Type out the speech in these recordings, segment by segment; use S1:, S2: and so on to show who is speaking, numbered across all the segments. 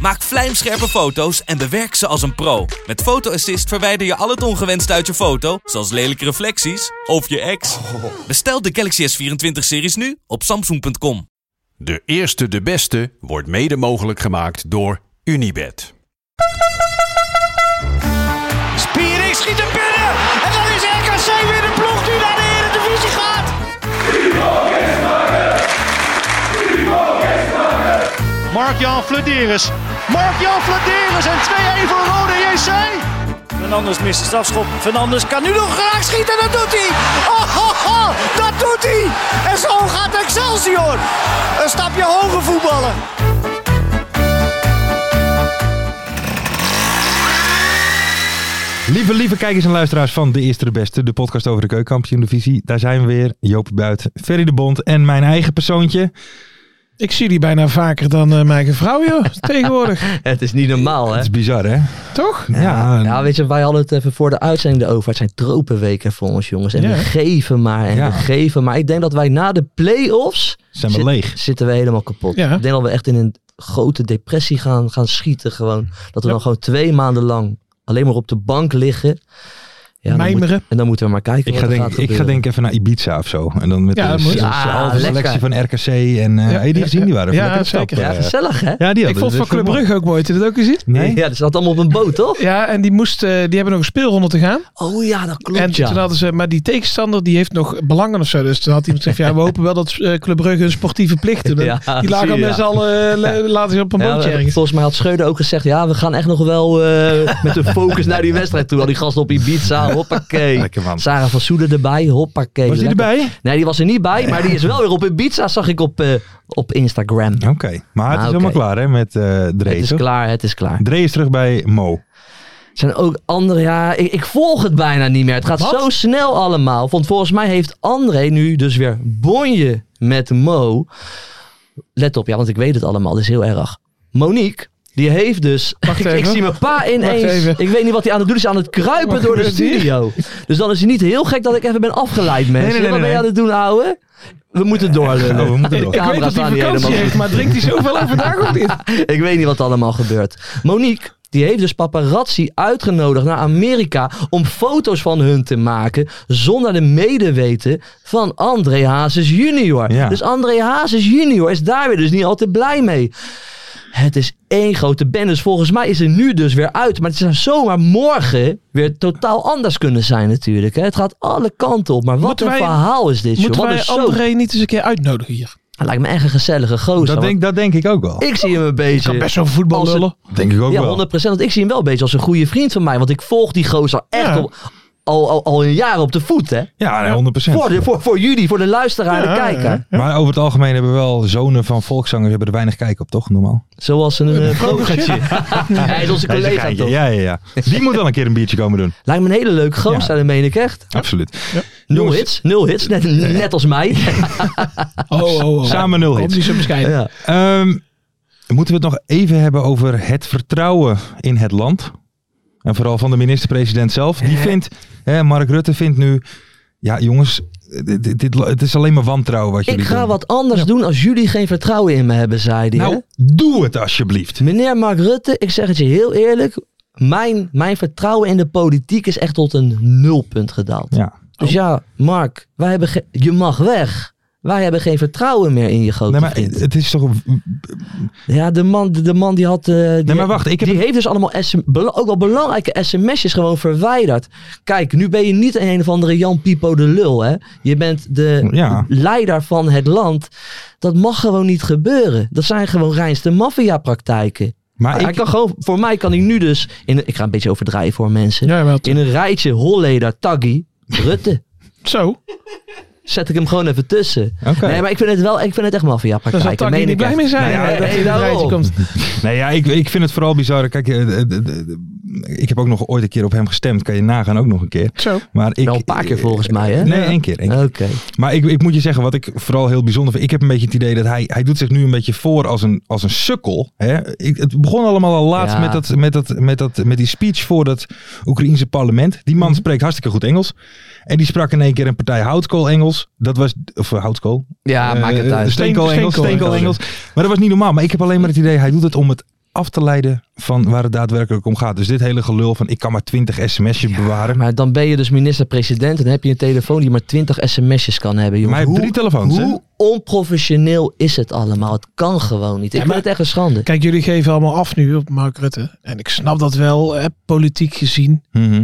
S1: Maak vlijmscherpe foto's en bewerk ze als een pro. Met Photo Assist verwijder je al het ongewenst uit je foto, zoals lelijke reflecties of je ex. Bestel de Galaxy S24-series nu op Samsung.com.
S2: De eerste de beste wordt mede mogelijk gemaakt door Unibed.
S3: Spiering schiet hem binnen. En dan is RKC weer de ploeg die naar de Eredivisie gaat. Mark-Jan Flederis. Mark-Jan Flederis en 2-1 voor Rode JC. Fernandes mist de strafschop. Fernandes kan nu nog graag schieten. Dat doet hij. Oh, oh, oh, dat doet hij. En zo gaat Excelsior. Een stapje hoger voetballen.
S4: Lieve, lieve kijkers en luisteraars van De Eerste de Beste, de podcast over de keukenkampioen-divisie. Daar zijn we weer, Joop Buit, Ferry de Bond en mijn eigen persoontje.
S5: Ik zie die bijna vaker dan eh, mijn eigen vrouw, joh. Tegenwoordig.
S6: Het is niet normaal, hè?
S4: Dat is bizar, hè?
S5: Toch?
S4: Ja,
S6: Ja, weet je, wij hadden het even voor de uitzending erover. Het zijn tropenweken voor ons, jongens. En
S5: Ja.
S6: we geven maar en
S4: Ja.
S6: we geven maar. Ik denk dat wij na de play-offs
S4: zijn we
S6: zit-
S4: leeg.
S6: zitten we helemaal kapot.
S5: Ja.
S6: Ik denk dat we echt in een grote depressie gaan, gaan schieten gewoon. Dat we dan gewoon twee maanden lang alleen maar op de bank liggen. Ja, dan
S5: Mijmeren.
S6: moet- en dan moeten we maar kijken
S4: Ik
S6: wat
S4: ga,
S6: er
S4: denk,
S6: gaat
S4: ik ga
S6: gebeuren.
S4: denk even naar Ibiza of zo. En dan met
S5: Ja,
S4: de
S5: dat moet.
S4: de- de-
S6: Ja,
S4: halve
S6: lekker.
S4: selectie van RKC. En eh
S5: Ja,
S4: hey, die
S5: ja,
S4: gezien, die
S5: ja.
S4: waren
S5: Ja,
S4: lekker knap,
S5: zeker.
S4: eh.
S6: Ja, gezellig, hè?
S4: Ja, die
S5: ik vond van
S4: voor
S5: Club Brugge ook mooi. Heb je dat ook gezien?
S4: Nee?
S6: Ja, dat zat allemaal op een boot, toch?
S5: Ja, en die, moest, eh, die hebben nog een speelronde te gaan.
S6: Oh ja, dat klopt,
S5: en
S6: ja.
S5: toen hadden ze, maar die tegenstander die heeft nog belangen of zo. Dus toen had iemand gezegd, ja, we hopen wel dat eh, Club Brugge hun sportieve plicht doet.
S6: Ja,
S5: die
S6: zie
S5: lagen
S6: je,
S5: best
S6: ja.
S5: al later op een
S6: Ja,
S5: bootje ergens.
S6: volgens mij had Schreuder ook gezegd, ja, we gaan echt nog wel eh, met de focus naar die wedstrijd toe. Al die gasten op Ibiza, hoppakee.
S4: Lekker man.
S6: Sarah van Soeden erbij, hoppakee.
S4: Was die
S6: Lekker.
S4: erbij?
S6: Nee, die was er niet bij, maar die is wel weer op Ibiza, zag ik op, eh, op Instagram.
S4: Oké, maar het is
S6: Ah,
S4: helemaal
S6: oké.
S4: klaar hè met eh Dre.
S6: het is
S4: toch?
S6: klaar, het is klaar.
S4: Dre is terug bij Mo.
S6: Er zijn ook andere, ja, ik, ik volg het bijna niet meer. Het gaat
S5: Wat?
S6: zo snel allemaal. Want volgens mij heeft André nu dus weer bonje met Mo. Let op, ja, want ik weet het allemaal, dit is heel erg. Monique, die heeft dus...
S5: Wacht
S6: ik, ik
S5: even.
S6: zie mijn pa
S5: Wacht
S6: ineens.
S5: even.
S6: Ik weet niet wat hij aan het doen is. aan het kruipen
S5: Wat
S6: door de
S5: gebeurt hier?
S6: studio. Dus dan is het niet heel gek dat ik even ben afgeleid, mensen.
S4: nee, nee,
S6: wat ben je
S4: nee.
S6: aan het doen, ouwe? We moeten doorlullen.
S4: Oh, we moeten door.
S5: Ik weet dat hij
S6: staan niet
S5: vakantie
S6: helemaal
S5: heeft,
S6: goed.
S5: maar drinkt hij zoveel aan vandaag ook niet?
S6: Ik weet niet wat er allemaal gebeurt. Monique, die heeft dus paparazzi uitgenodigd naar Amerika om foto's van hun te maken zonder de medeweten van André Hazes junior.
S4: Ja.
S6: Dus André Hazes junior is daar weer dus niet altijd blij mee. Het is één grote band. Dus volgens mij is er nu dus weer uit. Maar het zou zomaar morgen weer totaal anders kunnen zijn natuurlijk. Hè. Het gaat alle kanten op. Maar wat
S5: Moeten
S6: een
S5: wij-
S6: verhaal is dit, joh.
S5: Moeten
S6: Wat een
S5: wij
S6: soap.
S5: André niet eens een keer uitnodigen hier?
S6: Hij Lijkt me echt een gezellige gozer.
S4: Oh, Dat
S6: want
S4: denk, dat denk ik ook wel.
S6: Ik zie hem een beetje...
S5: Kan best wel voetbal
S6: Als het-
S5: lullen.
S4: denk ik ook
S6: Ja,
S4: wel.
S6: 100%. Want ik zie hem wel een beetje als een goede vriend van mij. Want ik volg die gozer echt
S5: Ja.
S6: op, al, al, al een jaar op de voet, hè?
S4: Ja, nee, 100
S6: Voor, de, voor, voor jullie, voor de luisteraar en
S5: Ja,
S6: de kijker.
S5: ja.
S4: Maar over het algemeen hebben we wel zonen van volkszangers hebben er weinig kijk op, toch? Normaal.
S6: Zoals een eh, vogeltje. Hij is onze
S4: Nee,
S6: collega,
S4: geintje.
S6: toch?
S4: ja, ja, ja. Die moet wel een keer een biertje komen doen.
S6: Lijkt me een hele leuke gozer, dat meen ik echt.
S4: Absoluut.
S6: Nul
S4: Jongens.
S6: hits, nul hits, net, net als mij.
S5: Oh, oh, oh.
S4: Samen nul
S5: Komt
S4: hits.
S5: niet zo bescheiden.
S6: ja.
S4: Ehm, moeten we het nog even hebben over het vertrouwen in het land? En vooral van de minister-president zelf. Die vindt, hè, Mark Rutte vindt nu, ja jongens, dit, dit, dit- het is alleen maar wantrouwen wat jullie
S6: Ik ga
S4: doen.
S6: wat anders doen als jullie geen vertrouwen in me hebben, zei hij. hè?
S4: Nou, doe het alsjeblieft.
S6: Meneer Mark Rutte, ik zeg het je heel eerlijk. Mijn, mijn vertrouwen in de politiek is echt tot een nulpunt gedaald.
S4: Ja.
S6: Dus ja, Mark, wij hebben ge- je mag weg. Wij hebben geen vertrouwen meer in je grote
S4: Nee, maar
S6: vriend.
S4: het is toch...
S6: Ja, de man, de, de man die had... eh, die,
S4: maar wacht, ik heb-
S6: die heeft dus allemaal SM bela- ook al belangrijke sms'jes gewoon verwijderd. Kijk, nu ben je niet een, een of andere Jan Pipo de lul, hè. Je bent de
S4: Ja.
S6: leider van het land. Dat mag gewoon niet gebeuren. Dat zijn gewoon reinste maffiapraktijken.
S4: Maar
S6: Hij
S4: ik,
S6: kan gewoon, voor mij kan ik nu dus... In, ik ga een beetje overdrijven voor mensen.
S5: Ja, wel.
S6: In een rijtje Holleder, Taggi, Rutte.
S5: Zo,
S6: zet ik hem gewoon even tussen.
S4: Oké.
S6: Nee, maar ik vind het wel, ik vind het echt maffia
S5: daar zal
S6: praktijk.
S5: Taki niet blij mee zijn.
S6: Nee, nee,
S5: eh, dat hij in een
S6: daarom.
S5: rijtje komt.
S4: Nee, ja, ik, ik vind het vooral bizar. Kijk, eh, eh, eh, eh, ik heb ook nog ooit een keer op hem gestemd. Kan je nagaan ook nog een keer.
S5: Zo.
S4: Maar ik, eh,
S6: Wel een paar keer volgens mij, hè?
S4: Nee, één keer. één keer.
S6: Oké.
S4: Maar ik, ik moet je zeggen, wat ik vooral heel bijzonder vind. Ik heb een beetje het idee dat hij, hij doet zich nu een beetje voor als een, als een sukkel. Hè? Ik, het begon allemaal al laatst
S6: Ja.
S4: met, dat, met, dat, met, dat, met die speech voor dat Oekraïense parlement. Die
S6: Mhm.
S4: man spreekt hartstikke goed Engels. En die sprak in één keer een partij houtkool Engels. Dat was, of eh, houtkool.
S6: Ja,
S4: Eh,
S6: maak het
S4: eh,
S5: dus
S6: uit.
S4: Steenkool
S5: Steen-
S4: Engels,
S5: steenkool
S4: steenkool Engels. Maar dat was niet normaal. Maar ik heb alleen maar het idee, hij doet het om het af te leiden van waar het daadwerkelijk om gaat. Dus dit hele gelul van ik kan maar 20 sms'jes bewaren.
S6: Maar dan ben je dus minister-president en heb je een telefoon die maar 20 sms'jes kan hebben. Jongens.
S4: Maar hij heeft
S6: Hoe-
S4: drie telefoons, hè?
S6: Hoe onprofessioneel is het allemaal? Het kan gewoon niet. Ik
S5: Ja,
S6: vind
S5: maar-
S6: het echt een schande.
S5: Kijk, jullie geven allemaal af nu op Mark Rutte. En ik snap dat wel, hè, politiek gezien.
S4: Mhm.
S5: Maar,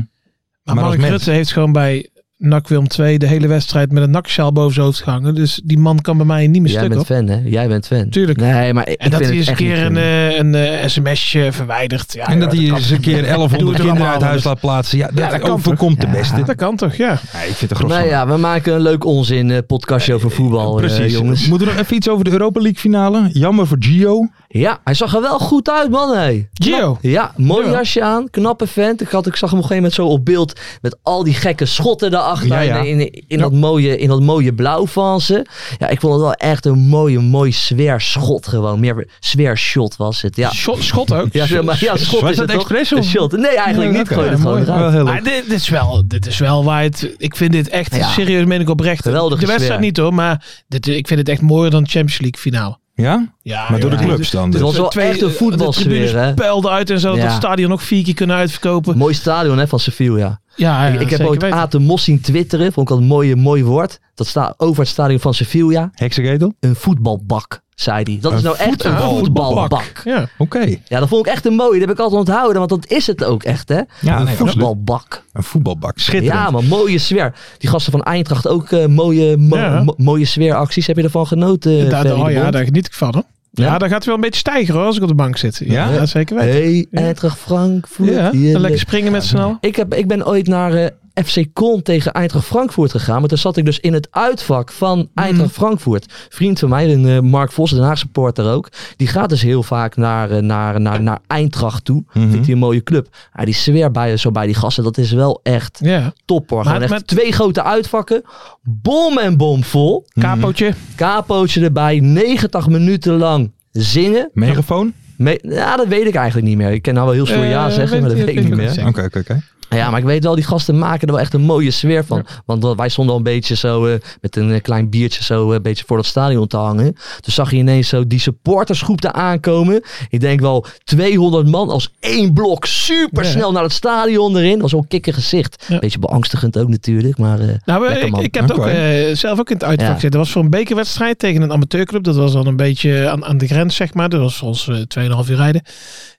S4: Maar als
S5: Mark
S4: mens.
S5: Rutte heeft gewoon bij NAC Wilm 2 de hele wedstrijd met een naksjaal boven zijn hoofd gehangen. Dus die man kan bij mij niet meer
S6: Jij
S5: stuk
S6: bent
S5: op.
S6: fan, hè? Jij bent fan.
S5: Tuurlijk.
S6: Nee, maar ik
S5: En
S6: ik
S5: dat
S6: vind
S5: hij
S6: het
S5: eens een
S6: echt
S5: keer
S6: niet
S5: een,
S6: kunnen.
S5: eh, een eh, sms'je verwijderd. Ja,
S4: En dat
S5: joh,
S4: hij
S5: kan
S4: eens een
S5: toch.
S4: keer
S5: Doe het
S4: 1100
S5: er
S4: kinderen
S5: allemaal
S4: uit huis
S5: anders.
S4: laat plaatsen. Ja,
S5: Ja, dat
S4: dat
S5: kan
S4: overkomt de beste.
S5: Dat kan toch, ja.
S4: Ja, ik vind het gros
S6: Nou
S4: van.
S6: ja, we maken een leuk onzin eh, podcastje over voetbal, eh,
S4: Precies.
S6: jongens.
S4: Moeten we nog even iets over de Europa League finale? Jammer voor Gio.
S6: Ja, hij zag er wel goed uit, man. Hey.
S5: Gio.
S4: Oh.
S6: Ja, mooi
S5: Ja.
S6: jasje aan. Knappe vent. Ik, had, ik zag hem op een gegeven moment zo op beeld met al die gekke schotten daarachter.
S4: Ja, ja.
S6: In, in, in dat mooie, in dat mooie blauw van ze. Ja, ik vond het wel echt een mooie, mooi zwer schot gewoon. Meer zwer shot was het, ja.
S5: Schot, schot ook.
S6: Ja, zeg maar, ja schot
S4: Was
S6: is
S4: dat
S6: het toch?
S4: expres,
S6: Een
S4: of-
S6: shot. Nee, eigenlijk niet.
S4: Oké,
S6: Gooi het
S4: mooi.
S6: gewoon eruit.
S4: Wel heel leuk.
S5: Maar dit, dit is wel, dit is wel waar het... Ik vind dit echt,
S6: Ja.
S5: serieus meen ik oprecht.
S6: Geweldige
S5: De wedstrijd
S6: sfeer.
S5: niet hoor, maar dit, ik vind het echt mooier dan de Champions League finale.
S4: Ja?
S5: Ja,
S4: Maar door de
S5: ja.
S4: clubs dan.
S6: Het
S4: dus.
S6: was wel eh, echt een
S5: De
S6: voetbalsfeer, hè?
S5: tribunes puilden uit en zo.
S6: Ja.
S5: Dat stadion nog vier keer kunnen uitverkopen.
S6: Mooi stadion hè, van Sevilla. Ja.
S5: ja, ja,
S6: ik ik heb
S5: zeker
S6: ooit
S5: weten.
S6: Aten Mos zien twitteren. Vond ik dat een mooie, mooi woord. Dat staat over het stadion van Sevilla.
S4: Heksegetel?
S6: Een voetbalbak, zei hij. Dat is
S4: Een
S6: nou echt een
S4: voetbalbak.
S6: voetbalbak.
S5: Ja.
S4: Oké.
S6: Ja, dat vond ik echt een mooie. Dat heb ik altijd onthouden, want dat is het ook echt, hè?
S4: Ja,
S6: een
S4: nee,
S6: voetbalbak.
S4: Een voetbalbak. Schitterend.
S6: Ja, maar mooie sfeer. Die gasten van Eindracht ook eh, mooie, mo-
S5: Ja.
S6: mo- mooie sfeeracties. Heb je ervan genoten? eh,
S5: Daar,
S6: Ferry de
S5: oh ja,
S6: Bond?
S5: daar geniet ik van. Hoor. Ja?
S6: Ja?
S5: daar gaat het wel een beetje stijgen hoor, als ik op de bank zit.
S4: Ja?
S5: Ja, zeker weten.
S6: Hey,
S5: Ja.
S6: Eindracht Frankfurt.
S5: Ja,
S6: die, eh,
S5: lekker springen met z'n allen.
S6: Ik, heb, ik ben ooit naar eh, FC Köln tegen Eintracht Frankfurt gegaan. Maar toen zat ik dus in het uitvak van
S5: Mhm.
S6: Eintracht Frankfurt. Vriend van mij, een, eh, Mark Vos, Den Haag supporter ook. Die gaat dus heel vaak naar, eh, naar, naar, naar Eintracht toe.
S5: Mhm.
S6: Vindt hij een mooie club. Ah, die sfeer bij, zo bij die gasten, dat is wel echt
S5: Ja,
S4: Mhm.
S6: top hoor. Gewoon
S5: Maar-
S6: echt
S5: maar-
S6: twee grote uitvakken. Bom en bom vol.
S5: kapootje.
S6: Kapootje erbij. 90 minuten lang zingen.
S4: Megafoon?
S6: Me- ja, dat weet ik eigenlijk niet meer. Ik ken nou wel heel veel
S5: Eh,
S6: ja zeggen,
S5: weet-
S6: maar dat weet ik niet
S5: ook
S6: meer.
S5: niet.
S4: Oké, oké, oké.
S6: Ja, maar ik weet wel, die gasten maken er wel echt een mooie sfeer van. Want wel, wij stonden al een beetje zo, eh, met een eh, klein biertje zo, eh, een beetje voor dat stadion te hangen. Toen zag je ineens zo die supportersgroep daar aankomen. Ik denk wel 200 man als één blok supersnel naar het stadion erin. Dat was wel een kikker gezicht.
S5: Ja.
S6: Beetje beangstigend ook natuurlijk, maar... eh,
S5: Nou, eh,
S6: Lekker,
S5: ik,
S6: man.
S5: ik heb het ook
S4: Oké.
S5: eh, zelf ook in het uitvak
S6: Ja.
S5: zitten. Dat was voor een bekerwedstrijd tegen een amateurclub. Dat was dan een beetje aan, aan de grens, zeg maar. Dat was voor ons eh 2,5 uur rijden.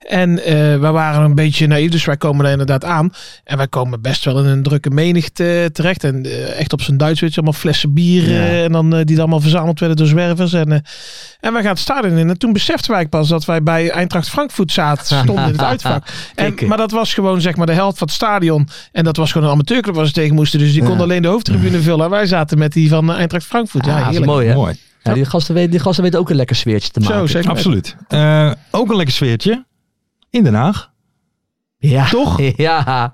S5: En eh wij waren een beetje naïef, dus wij komen daar inderdaad aan. En wij komen best wel in een drukke menigte terecht. En eh, echt op zijn Duits, weet je, allemaal flessen bier.
S6: Ja.
S5: eh, en dan eh, die dan allemaal verzameld werden door zwervers. En, eh, en wij gaan het stadion in. En toen beseften wij pas dat wij bij Eintracht Frankfurt zaten. Stonden in het uitvak. En,
S6: Kikken.
S5: maar dat was gewoon zeg maar de helft van het stadion. En dat was gewoon een amateurclub waar ze tegen moesten. Dus die
S6: Ja.
S5: konden alleen de hoofdtribune vullen. En wij zaten met die van eh, Eintracht Frankfurt. Ja,
S6: ah, dat is
S5: heerlijk.
S6: mooi hè?
S4: Mooi.
S6: Ja, die, gasten weten, die gasten weten ook een lekker sfeertje te maken.
S5: Zo, zeker.
S4: Absoluut. Eh, ook een lekker sfeertje. In Den Haag.
S6: Ja.
S4: Toch?
S6: Ja,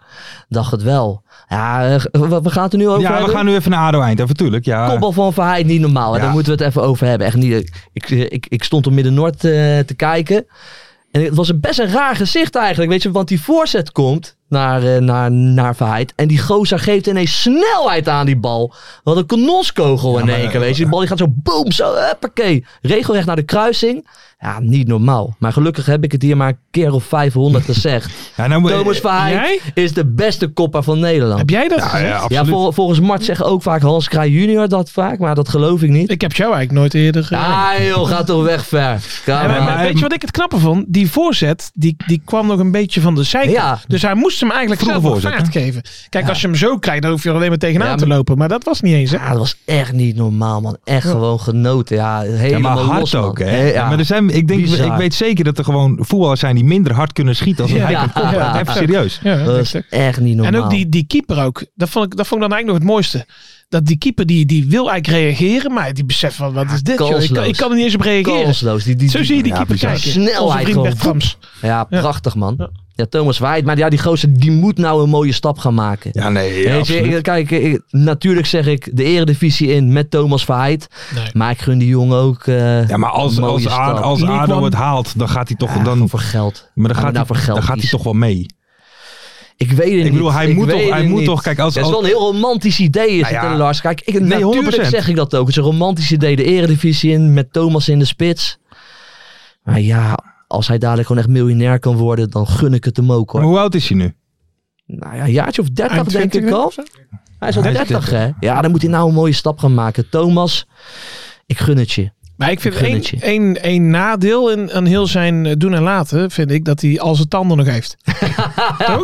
S6: dacht het wel. Ja, eh, we, we gaan het er nu over
S4: Ja, we
S6: hebben.
S4: gaan nu even naar ADO-eind. Even tuurlijk. Ja.
S6: Kopbal van Verheid niet normaal. hè.
S4: Ja.
S6: Daar moeten we het even over hebben. Echt niet. Ik, ik, ik stond op Midden-Noord eh, te kijken. En het was een best een raar gezicht eigenlijk. Weet je, want die voorzet komt naar, eh, naar, naar Verheid. En die gozer geeft ineens snelheid aan die bal. Wat een kanonskogel in één keer. Weet je, die bal die gaat zo boom, zo huppakee. Regelrecht naar de kruising. Ja, niet normaal. Maar gelukkig heb ik het hier maar een keer of 500 gezegd.
S4: Ja, nou, eh,
S6: Thomas Verheid is de beste kopper van Nederland.
S5: Heb jij dat?
S4: Ja, ja,
S6: Ja,
S4: absoluut.
S6: vol- volgens Mart zeggen ook vaak Hans Kraaij junior dat vaak, maar dat geloof ik niet.
S5: Ik heb jou eigenlijk nooit eerder gezien.
S6: Ah joh, ga toch weg ver. Kom
S5: En- en-
S6: maar.
S5: en weet je wat ik het knappe vond? Die voorzet, die, die kwam nog een beetje van de zijkant.
S6: Ja.
S5: Dus hij moest hem eigenlijk
S4: Vroege
S5: zelf nog
S4: voorzet,
S5: vaart geven. Kijk, als je hem zo krijgt, dan hoef je er alleen maar tegenaan
S6: Ja,
S5: te
S6: maar-
S5: lopen. Maar dat was niet eens, hè?
S6: Ja, dat was echt niet normaal man. Echt gewoon genoten. Ja,
S4: Ja, maar
S6: helemaal los,
S4: hard
S6: man.
S4: ook, hè?
S6: He- ja.
S4: Maar dus- er zijn, ik, denk,
S6: Bizar.
S4: ik weet zeker dat er gewoon voetballers zijn die minder hard kunnen schieten als een
S5: Ja.
S4: hij kan koppen.
S5: Ja.
S4: Even serieus.
S5: Ja,
S6: Dat
S5: dat
S6: is
S5: is-
S6: echt niet normaal.
S5: En ook die, die keeper ook. Dat vond, ik, dat vond ik dan eigenlijk nog het mooiste. Dat die keeper die, die wil eigenlijk reageren, maar die beseft van wat is dit? joh? Ik, kan,
S6: Kansloos.
S5: ik kan er niet eens op reageren.
S6: kansloos. Die, die,
S5: Zo zie je die
S4: Ja,
S5: keeper
S4: bizar.
S5: kijken.
S6: Snelheid
S5: Onze vriend
S6: gewoon.
S5: Bert Krams.
S6: Ja, prachtig man.
S5: Ja.
S6: Ja, Thomas Waait. Maar ja, die gozer die moet nou een mooie stap gaan maken.
S4: Ja, nee, ja,
S6: Weet je,
S4: absoluut.
S6: ik- kijk, ik- natuurlijk zeg ik de eredivisie in met Thomas Verheid.
S5: Nee.
S6: Maar ik gun die jongen ook eh,
S4: Ja, maar als,
S6: een mooie
S4: als, A-
S6: stap.
S4: als
S5: League
S4: ADO
S5: One.
S4: het haalt, dan gaat hij toch...
S6: Ja,
S4: dan,
S6: voor geld.
S4: maar dan
S6: Gaan we
S4: gaat,
S6: nou voor
S4: hij,
S6: geld
S4: dan gaat hij
S6: kiezen?
S4: toch wel mee.
S6: Ik weet het
S4: Ik bedoel,
S6: niet.
S4: hij moet
S6: weet
S4: toch- hij
S6: het
S4: moet
S6: niet.
S4: toch- kijk, als-
S6: Het is wel
S4: als-
S6: een heel romantisch idee, is
S4: Nou
S6: het,
S4: ja.
S6: hè, Lars? Kijk, ik,
S4: Nee,
S6: natuurlijk
S4: 100%.
S6: zeg ik dat ook. Het is een romantisch idee, de eredivisie in, met Thomas in de spits. Maar ja, als hij dadelijk gewoon echt miljonair kan worden, dan gun ik het hem ook, hoor.
S4: Maar hoe oud is hij nu?
S6: Nou ja, een jaartje of dertig, denk
S5: 21
S6: ik al.
S5: of zo?
S6: Hij is al
S4: Hij is 30.
S6: 30, hè? Ja, dan moet hij nou een mooie stap gaan maken. Thomas, ik gun het je.
S5: Maar ik vind
S6: Ik gun
S5: één,
S6: het je.
S5: één, één nadeel in, aan heel zijn eh, doen en laten, vind ik, dat hij al zijn tanden nog heeft. Toch?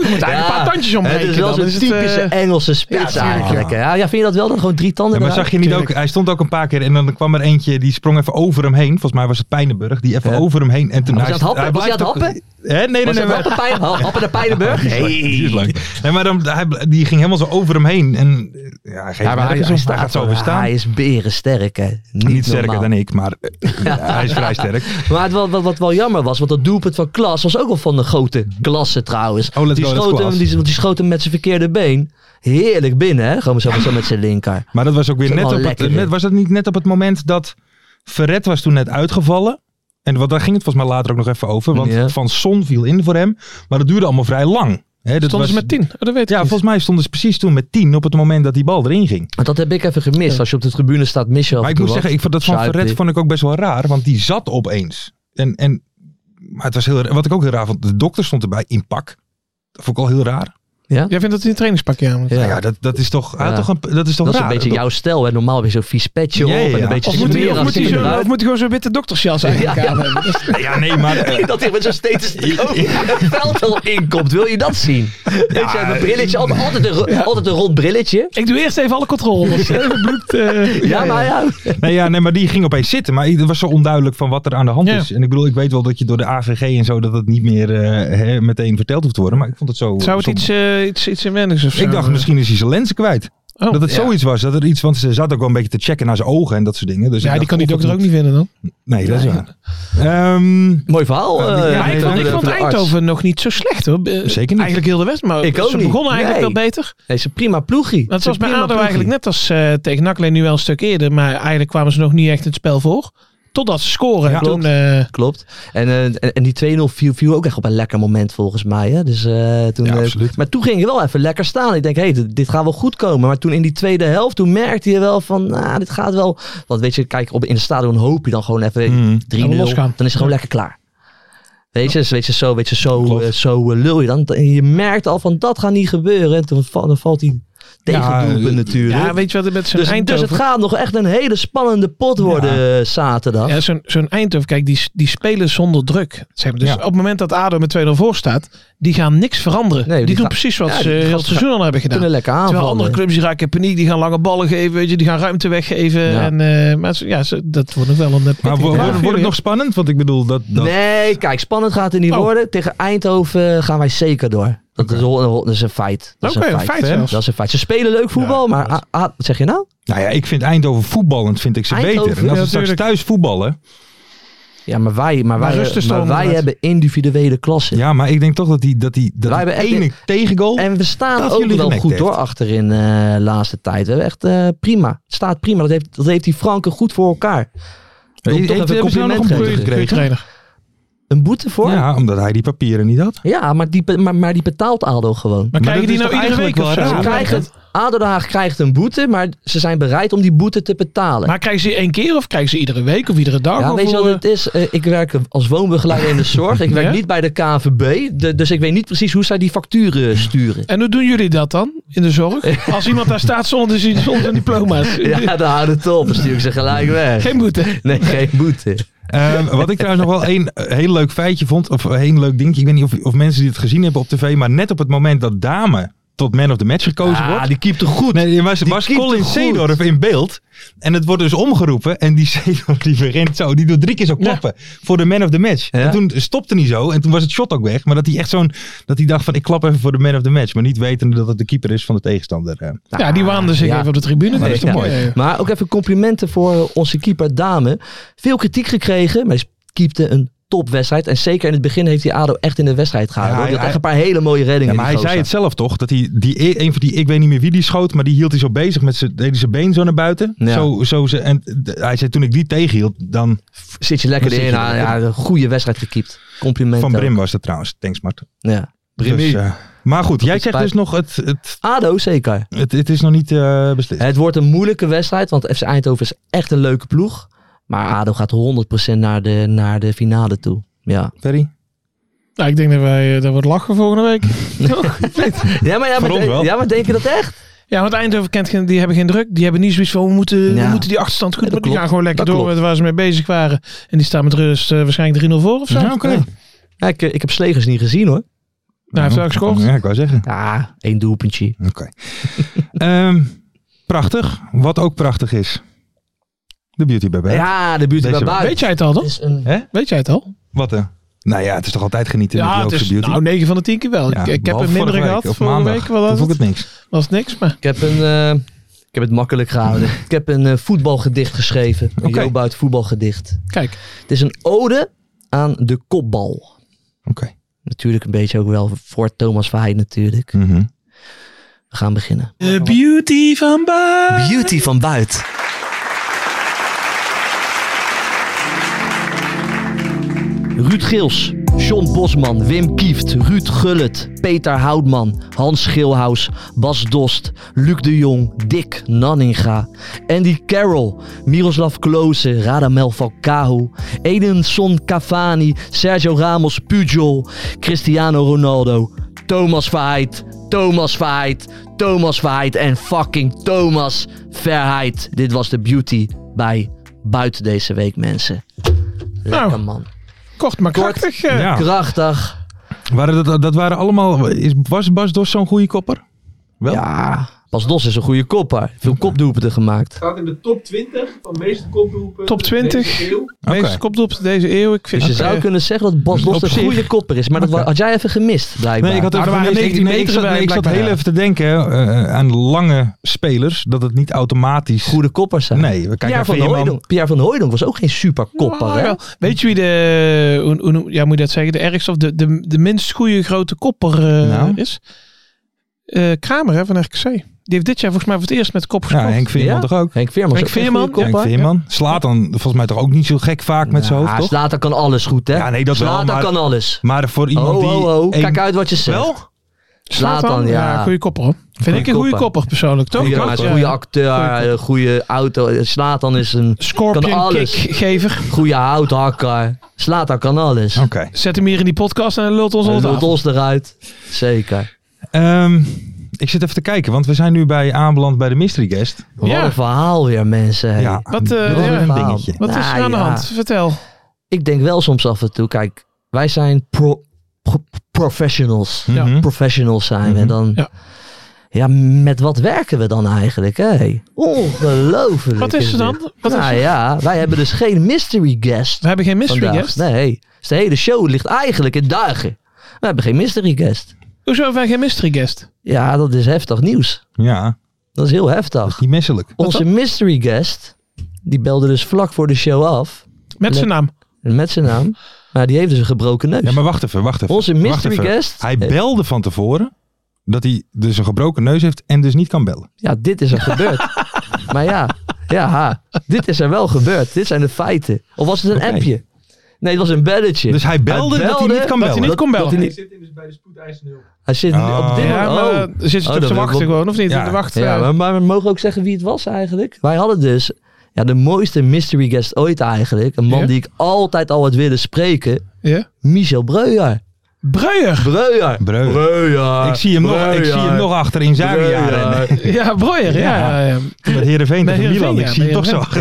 S5: Je moet eigenlijk een paar tandjes
S6: Het
S5: ombreken.
S6: is wel
S5: dan
S6: zo'n
S5: is het,
S6: typische
S5: eh,
S6: Engelse spits
S5: tuurlijk,
S6: eigenlijk. hè. Ja. ja, vind je dat wel? Dan gewoon drie tanden
S4: Ja, maar
S6: eruit?
S4: zag je niet ook, hij stond ook een paar keer en dan kwam er eentje die sprong even over hem heen. Volgens mij was het Pijnenburg, die even
S6: Ja.
S4: over hem heen. En toen
S6: Was hij aan het happen? Was hij
S4: blijft
S6: aan het
S4: ook- Hè? Nee, nee,
S6: Was
S4: nee.
S6: dat
S4: maar-
S6: Happen Pijn- Happen de Pijnenburg?
S4: Die is lang, die is lang. Nee, maar dan, hij, bl- die ging helemaal zo over hem heen. En eh, ja, hij, geeft
S6: Ja, maar
S4: nergens om. hij gaat zo
S6: er-
S4: weer staan.
S6: Hij is berensterk, hè. Niet,
S4: niet sterker
S6: normaal.
S4: dan ik, maar eh, hij is vrij sterk.
S6: Maar het, wat, wat, wat wel jammer was, want dat doelpunt van Klas was ook wel van de grote klasse trouwens.
S4: Oh, let's
S6: die,
S4: go, let's
S6: schoot
S4: Klas.
S6: hem, die, want die schoot hem met zijn verkeerde been. Heerlijk binnen, hè. Gewoon zo, zo met zijn linker.
S4: Maar dat was ook weer
S6: Is ook
S4: net
S6: wel
S4: op het,
S6: lekker,
S4: net,
S6: hè?
S4: was dat niet net op het moment dat Verret was toen net uitgevallen. En wat, daar ging het volgens mij later ook nog even over. Want
S6: Ja.
S4: Van Son viel in voor hem. Maar dat duurde allemaal vrij lang. Hè, dat
S5: Stonden ze
S4: was-
S5: met tien? Oh, dat weet ik
S4: Ja,
S5: niet.
S4: volgens mij stonden ze precies toen met tien op het moment dat die bal erin ging.
S6: Want dat heb ik even gemist. Als je op de tribune staat, mis je af
S4: Maar
S6: en
S4: ik
S6: toe
S4: moet
S6: wat.
S4: zeggen, ik vond dat van
S6: Zuidelijk.
S4: Verret vond ik ook best wel raar, want die zat opeens. En, en maar het was heel, raar- wat ik ook heel raar vond, de dokter stond erbij in pak. Dat vond ik al heel raar. Nou
S5: Jij vindt dat hij een trainingspakje aan moet.
S6: Ja.
S4: Ja, dat, dat is toch, hij had
S6: Ja.
S4: toch een, dat is toch
S6: dat is
S4: raar.
S6: een beetje
S4: Dat-
S6: jouw stijl. Hè? Normaal heb je zo'n vies petje op
S4: Ja, ja,
S6: en
S4: ja.
S6: een beetje
S5: Of moet, hij,
S6: smerig
S5: of, moet hij
S6: achteruit.
S5: zo, of moet hij gewoon zo'n witte doktersjas eigenlijk aan hebben? Dat is-
S4: Ja, nee, maar eh,
S6: dat hij met zo'n stethoscoop het veld al inkomt. Wil je dat zien? Weet je, een brilletje, altijd, altijd, een, ro- altijd een rond brilletje.
S5: Ik doe eerst even alle controles. Even bloed, eh,
S6: Ja, maar ja.
S4: nee, ja, nee, maar die ging opeens zitten. Maar het was zo onduidelijk van wat er aan de hand
S5: Ja.
S4: is. En ik bedoel, ik weet wel dat je door de AVG en zo, dat het niet meer eh, hè, meteen verteld hoeft te worden. Maar ik vond het zo...
S5: Zou het
S4: zo-
S5: iets, eh, iets, iets inwendigs of zo?
S4: Ik dacht, misschien is hij zijn lenzen kwijt.
S5: Oh,
S4: dat het
S5: ja.
S4: zoiets was. Dat er iets, want ze zat ook wel een beetje te checken naar zijn ogen en dat soort dingen. Dus ik
S5: Ja, die
S4: dacht,
S5: kan die
S4: of het
S5: dokter ook niet vinden dan.
S4: Nee, dat is waar. Ehm,
S6: Mooi verhaal.
S4: Ja,
S6: eh,
S4: ja,
S5: maar ik
S4: nee,
S5: vond,
S4: dan
S6: van
S5: ik vond
S6: de arts.
S5: Eindhoven nog niet zo slecht hoor. Eh,
S4: Zeker niet.
S5: Eigenlijk heel de West, maar
S6: Ik ook
S5: ze
S6: niet.
S5: begonnen eigenlijk
S6: Nee.
S5: wel beter.
S6: Nee, ze prima ploegie.
S5: Want het
S6: Ze
S5: was bij
S6: prima
S5: ADO
S6: ploegie.
S5: eigenlijk net als eh, tegen NAC alleen nu wel een stuk eerder. Maar eigenlijk kwamen ze nog niet echt het spel voor. Totdat ze scoren.
S4: Ja,
S5: en toen,
S6: klopt.
S5: eh,
S6: Klopt. En, eh, en, en die 2-0 viel, viel ook echt op een lekker moment volgens mij. Hè? Dus, eh, toen,
S4: Ja,
S6: eh,
S4: absoluut.
S6: maar toen ging je wel even lekker staan. Ik denk, hé, hey, dit, dit gaat wel goed komen. Maar toen in die tweede helft, toen merkte je wel van, nou, dit gaat wel. Want weet je, kijk, op, in het stadion hoop je dan gewoon even
S4: Mm.
S6: 3-0. Dan
S5: Even
S6: is
S5: losgaan.
S6: het gewoon
S5: Ja.
S6: lekker klaar. Weet je, dus weet je, zo, weet je, zo,
S4: Klopt.
S6: eh, zo eh, lul je dan. En Je merkt al van, dat gaat niet gebeuren. En toen va- dan valt hij tegen
S4: Ja,
S6: het doelpunt
S4: eh,
S6: natuurlijk.
S5: ja, weet je wat het met zo'n
S6: dus, dus
S5: Eindhoven...
S6: het gaat nog echt een hele spannende pot worden eh, zaterdag.
S5: Ja, zo'n zo'n Eindhoven, kijk, die, die spelen zonder druk. Zeg maar. Dus
S4: Ja.
S5: op het moment dat ADO met 2-0 voor staat, die gaan niks veranderen.
S6: Nee,
S5: die,
S6: die
S5: doen
S6: gaan-
S5: precies wat
S6: ja,
S5: ze
S6: die
S5: heel
S6: gasten
S5: het seizoen al hebben gedaan.
S6: kunnen lekker
S5: Terwijl
S6: aanvallen.
S5: andere clubs die raken in paniek, die gaan lange ballen geven, weet je, die gaan ruimte weggeven.
S6: Ja.
S5: En, eh, maar ze- ja, ze- dat wordt nog wel een eh,
S4: maar
S5: pittige
S4: wo-
S5: dag.
S4: wordt, wordt het nog spannend? Want ik bedoel, dat... dat
S6: Nee, kijk, spannend gaat het niet
S5: Oh.
S6: worden. Tegen Eindhoven eh, gaan wij zeker door. Dat, is, hol- hol- dat is een feit. Dat
S5: Oké,
S6: is een
S5: een
S6: feit.
S5: feit zelfs.
S6: Dat is een feit. Ze spelen leuk voetbal, maar ah, ah, wat zeg je nou?
S4: Nou ja, ik vind Eindhoven voetballend vind ik ze
S6: Eindhoven,
S4: beter. En als
S5: ja,
S4: ze straks
S5: tuurlijk.
S4: thuis voetballen...
S6: Ja, maar wij, maar
S5: Maar
S6: wij,
S5: rust is
S6: maar
S5: dan
S6: wij
S5: net.
S6: hebben individuele klassen.
S4: Ja, maar ik denk toch dat die, dat die, dat
S6: Wij
S4: die
S6: hebben echt-
S4: ene tegengoal...
S6: En we staan
S4: Dat
S6: ook
S4: jullie
S6: wel
S4: genekt
S6: goed
S4: heeft.
S6: door achterin eh, de laatste tijd. We hebben echt eh, prima. Het staat prima. Dat heeft, dat heeft die Franken goed voor elkaar. Ik wil
S4: Heeft-
S6: toch even
S4: hebben ze nou nog
S6: compliment
S4: een
S6: geven.
S4: boete
S5: Goeie
S4: gekregen?
S5: trainer.
S6: Een boete voor? Ja,
S4: Ja, omdat hij die papieren niet had.
S6: maar, die, be- maar, maar die betaalt Aldo gewoon.
S5: Maar krijgen
S4: dat
S5: die
S4: is
S5: nou
S4: toch
S5: iedere
S4: eigenlijk wel
S5: week of zo?
S4: raar?
S6: Ze
S4: maar
S6: krijgen, ADO Den Haag krijgt een boete, maar ze zijn bereid om die boete te betalen.
S5: Maar krijgen ze één keer of krijgen ze iedere week of iedere dag?
S6: Ja,
S5: of
S6: weet je
S5: hoe,
S6: wat het is? Eh, ik werk als woonbegeleider in de zorg. Ik werk
S5: Ja?
S6: niet bij de KNVB. De- dus ik weet niet precies hoe zij die facturen sturen.
S5: eh, En hoe doen jullie dat dan in de zorg? Als iemand daar staat zonder, zijn- zonder zijn diploma's.
S6: Ja, daar houden het op. Dan stuur ik ze gelijk weg.
S5: Geen boete.
S6: Nee, geen boete.
S4: Ehm, wat ik trouwens nog wel een eh, heel leuk feitje vond, of een heel leuk dingetje. Ik weet niet of, of mensen die het gezien hebben op tv, maar net op het moment dat Dame tot man of the match gekozen wordt.
S6: Ah, die keept er goed.
S4: Nee, er was,
S6: Die
S4: was
S6: keept
S4: Colin
S6: goed.
S4: Seedorf in beeld. En het wordt dus omgeroepen. En die Seedorf die begint zo. Die doet drie keer zo klappen. Voor de man of the match.
S6: Ja.
S4: En toen stopte hij zo. En toen was het shot ook weg. Maar dat hij echt zo'n... Dat hij dacht van ik klap even voor de man of the match. Maar niet wetende dat het de keeper is van de tegenstander. eh.
S5: Ja, die waanden zich
S6: ja.
S5: even op de tribune.
S4: Maar dat is
S5: denk ik.
S4: toch mooi?
S5: Ja, ja.
S6: Maar ook even complimenten voor onze keeper Dame. Veel kritiek gekregen, maar ze keepte een topwedstrijd. En zeker in het begin heeft hij ADO echt in de wedstrijd gehouden.
S4: Ja,
S6: hoor. Die had
S4: hij-
S6: echt een paar hele mooie
S4: Ja,
S6: reddingen.
S4: maar hij
S6: die
S4: zei het
S6: gozer.
S4: zelf toch? Dat hij die, e- een van die, ik weet niet meer wie die schoot, maar die hield hij zo bezig met zijn, deed hij zijn been zo naar buiten.
S6: Ja.
S4: Zo, zo ze, en d- hij zei toen ik die tegenhield, dan
S6: Zit je lekker
S4: Dan zit
S6: erin.
S4: je
S6: Ja,
S4: lekker
S6: ja, een goede wedstrijd gekiept. Compliment.
S4: van
S6: ook.
S4: Brim was dat trouwens. Thanks Mart.
S6: Ja.
S4: Dus, eh, maar goed, jij
S6: Goed
S4: zegt
S6: spijt.
S4: dus nog het, het,
S6: ADO zeker.
S4: het, het is nog niet eh, beslist.
S6: Het wordt een moeilijke wedstrijd, want FC Eindhoven is echt een leuke ploeg. Maar ADO gaat 100% naar de, naar de finale toe. Ja.
S4: Ferry?
S5: Nou, ik denk dat wij eh, dat wordt lachen volgende week.
S6: Ja, maar, ja,
S4: Voor
S6: maar,
S4: ons wel.
S6: ja, maar denk je dat echt?
S5: Ja, want Eindhoven kent geen, die hebben geen druk. Die hebben niet zoiets van we moeten,
S6: Ja.
S5: we moeten die achterstand goed.
S6: Ja, dat
S5: maar
S6: klopt.
S5: die gaan gewoon lekker
S6: Dat
S5: door
S6: klopt.
S5: met waar ze mee bezig waren. En die staan met rust eh, waarschijnlijk 3-0 voor of zo.
S4: Ja, oké.
S5: Nou,
S6: Ja, ik, ik heb Slegers niet gezien hoor.
S5: hij heeft wel gescoord.
S4: Ja, ik wou zeggen.
S6: Ja, één doelpuntje.
S4: Oké. Ehm, prachtig. Wat ook prachtig is. De Beauty Baby.
S6: Ja, de buurt
S4: Deze
S6: bij
S4: wel.
S6: buiten.
S5: Weet jij het al dan?
S6: Is een-
S5: Weet jij het al?
S4: Wat hè? Nou ja, het is toch altijd genieten met
S5: Ja, het
S4: Joopse
S5: is
S4: Beauty?
S5: nou 9 van de 10 keer wel.
S4: Ja,
S5: ik, ik heb
S4: behalve
S5: een minder
S4: vorige
S5: gehad
S4: week, op
S5: vorige
S4: maandag.
S5: week. Wat
S4: Toen
S5: was
S4: vond ik het
S5: het?
S4: niks.
S5: Was niks, maar
S6: Ik heb een... eh, ik heb het makkelijk gehouden. Ik heb een eh, voetbalgedicht geschreven. Een
S4: Oké.
S6: Jo Buit voetbalgedicht.
S5: kijk.
S6: Het is een ode aan de kopbal.
S4: Oké.
S6: Natuurlijk een beetje ook wel voor Thomas Verheid natuurlijk.
S4: Mhm.
S6: We gaan beginnen.
S5: De Mm. beauty van Baar.
S6: Beauty van buiten. Ruud Gils, John Bosman, Wim Kieft, Ruud Gullet, Peter Houtman, Hans Schilhaus, Bas Dost, Luc de Jong, Dick Nanninga, Andy Carroll, Miroslav Klose, Radamel Falcao, Edinson Cavani, Sergio Ramos, Pujol, Cristiano Ronaldo, Thomas Verheid, Thomas Verheid, Thomas Verheid en fucking Thomas Verheid. Dit was de beauty bij buiten deze week, mensen. Lekker
S5: Nou.
S6: man.
S5: Kort maar
S6: Kort.
S5: krachtig. eh.
S4: Ja.
S6: Krachtig.
S4: Waren dat, dat waren allemaal... Is, was Bas Dos zo'n goede kopper? Wel?
S6: Ja. Bas Dos is een goede kopper. Veel kopdoelpunten gemaakt.
S7: staat in de top 20 van meeste kopdoelpunten.
S5: Top 20.
S7: deze eeuw.
S4: Oké.
S5: Meeste kopdoelpunt deze eeuw. Ik vind
S6: Dus je
S5: eh,
S6: zou kunnen zeggen dat Bas
S4: Op
S6: Dos een
S4: zich.
S6: goede kopper is. Maar dat wa- had jij even gemist, blijkbaar.
S4: Nee, ik had
S5: Nou,
S4: even
S5: er waren
S4: gemist.
S5: 19
S4: Ik- nee, ik
S5: meters
S4: zat,
S5: bij,
S4: nee, ik zat
S5: blijkbaar.
S4: heel even te denken eh, aan lange spelers. Dat het niet automatisch...
S6: goede koppers zijn.
S4: Nee, we kijken
S6: Pierre
S4: naar
S6: van,
S4: Veerman.
S6: Hooijdonk. Pierre van Hooijdonk was ook geen superkopper.
S5: Nou,
S6: hè?
S5: wel. Weet je wie de, hoe, hoe noem- ja, moet je dat zeggen, de ergste of de, de, de minst goede grote kopper eh,
S4: Nou?
S5: is? Eh, Kramer hè, van RKC. Die heeft dit jaar volgens mij voor het eerst met de kop
S4: Ja,
S5: gespeeld.
S4: Henk Veerman
S6: Ja?
S4: toch ook?
S6: Henk Veerman. is
S5: Henk
S6: ook geen
S5: Veerman,
S6: goede kopper.
S4: Henk Veerman. Slaat dan volgens mij toch ook niet zo gek vaak met zijn hoofd,
S6: Ja,
S4: toch?
S6: Zlatan kan alles goed, hè?
S4: Ja, nee, dat wel,
S6: Zlatan
S4: maar-
S6: kan alles.
S4: Maar voor
S6: Oh,
S4: iemand die...
S6: oh, oh.
S4: één-
S6: Kijk uit wat je zegt.
S4: Wel?
S6: Zlatan, ja.
S5: goede kopper. hoor. Vind ik een goede
S6: kopper.
S5: kopper persoonlijk, toch?
S6: Goeie,
S5: Ja,
S6: maar
S5: ja.
S6: goede acteur, eh,
S5: Goeie
S6: goede, auto. Slatan is een Kan
S5: Scorpion
S6: alles.
S5: kickgever.
S6: goede houthakker. Slatan kan alles.
S4: Oké.
S5: Zet hem hier in die podcast en lult ons
S6: Hij
S5: onder.
S6: lult ons eruit. Zeker.
S4: Ehm, ik zit even te kijken, want we zijn nu bij aanbeland bij de mystery guest.
S6: Wat
S5: Ja.
S6: een verhaal weer, mensen.
S4: Ja,
S5: Wat, eh,
S4: dat is
S5: ja.
S4: een dingetje.
S5: Wat is er
S6: Nou,
S5: aan de
S6: ja.
S5: hand? Vertel.
S6: Ik denk wel soms af en toe, kijk, wij zijn pro- pro- professionals.
S5: Ja.
S4: Mhm.
S6: Professionals zijn we.
S4: Mhm.
S6: Dan,
S5: Ja.
S6: ja. met wat werken we dan eigenlijk? Hé? Ongelooflijk.
S5: Wat is er dan? Wat
S6: nou
S5: is er?
S6: ja, wij hebben dus geen mystery guest.
S5: We hebben geen mystery
S6: vandaag.
S5: guest.
S6: Nee, dus de hele show ligt eigenlijk in duigen. We hebben geen mystery guest.
S5: Hoezo hebben wij geen mystery guest?
S6: Ja, dat is heftig nieuws.
S4: Ja,
S6: Dat is heel
S4: dat is
S6: heftig.
S4: niet misselijk.
S6: Onze mystery guest, die belde dus vlak voor de show af.
S5: Met zijn naam.
S6: Met zijn naam. Maar die heeft dus een gebroken neus.
S4: Ja, maar wacht even, wacht even.
S6: Onze
S4: wacht
S6: mystery
S4: even.
S6: guest.
S4: Hij
S6: Eh,
S4: belde van tevoren dat hij dus een gebroken neus heeft en dus niet kan bellen.
S6: Ja, dit is er gebeurd. maar ja, ja, ha, dit is er wel gebeurd. Dit zijn de feiten. Of was het een
S4: Oké.
S6: appje? Nee, het was een belletje.
S4: Dus hij belde, dat hij
S6: belde
S4: niet kan
S5: dat hij
S4: bellen.
S5: niet kon bellen.
S6: dat hij
S7: Ik
S6: niet-
S7: zit in dus bij de spoedeisende hulp.
S6: Hij zit nu op dit
S4: Oh.
S5: Ja,
S6: moment.
S5: maar
S6: oh.
S5: eh, zit je
S6: Oh, dat
S5: toch te
S6: wil ik
S5: wachten
S6: wel-
S5: gewoon, of niet?
S4: Ja.
S5: Te wachten.
S6: Ja,
S5: eh,
S6: maar, maar we mogen ook zeggen wie het was eigenlijk. Wij hadden dus ja, de mooiste mystery guest ooit eigenlijk. Een man
S5: Ja.
S6: die ik altijd al had willen spreken.
S5: ja.
S6: Michel Breuer.
S5: Breuer.
S6: Breuer.
S4: Breuer.
S6: Breuer.
S4: Ik zie hem, nog, ik zie hem nog achter in zijn
S6: Breuer.
S4: jaren.
S5: Ja, Breuer, ja.
S4: Ja.
S5: ja, ja.
S4: Met Heerenveen
S5: Bij
S4: tegen
S5: Heerenveen,
S4: Milan. Ik
S5: ja,
S4: zie
S5: bij
S4: hem toch zo achter,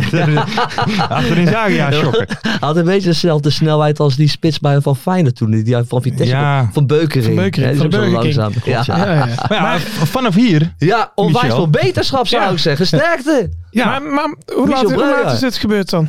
S4: achter in zijn jaren schokken.
S6: Hij had een beetje dezelfde snelheid als die spits bij Van Feyenoord toen. Die hij van Vitesse
S4: Ja.
S6: Van Beukering.
S5: Van Beukering,
S6: Ja, die is
S5: van
S6: ook zo
S5: Beukering.
S6: langzaam. Ja.
S5: Ja, ja,
S4: Maar
S5: ja.
S4: ja, v- vanaf hier,
S6: Ja, onwijs
S4: Michel.
S6: veel beterschap zou
S5: Ja.
S6: ik zeggen. Sterkte.
S4: ja,
S5: Maar, maar hoe, laat,
S6: Michel
S5: hoe
S6: Breuer.
S5: laat is dit gebeurd dan?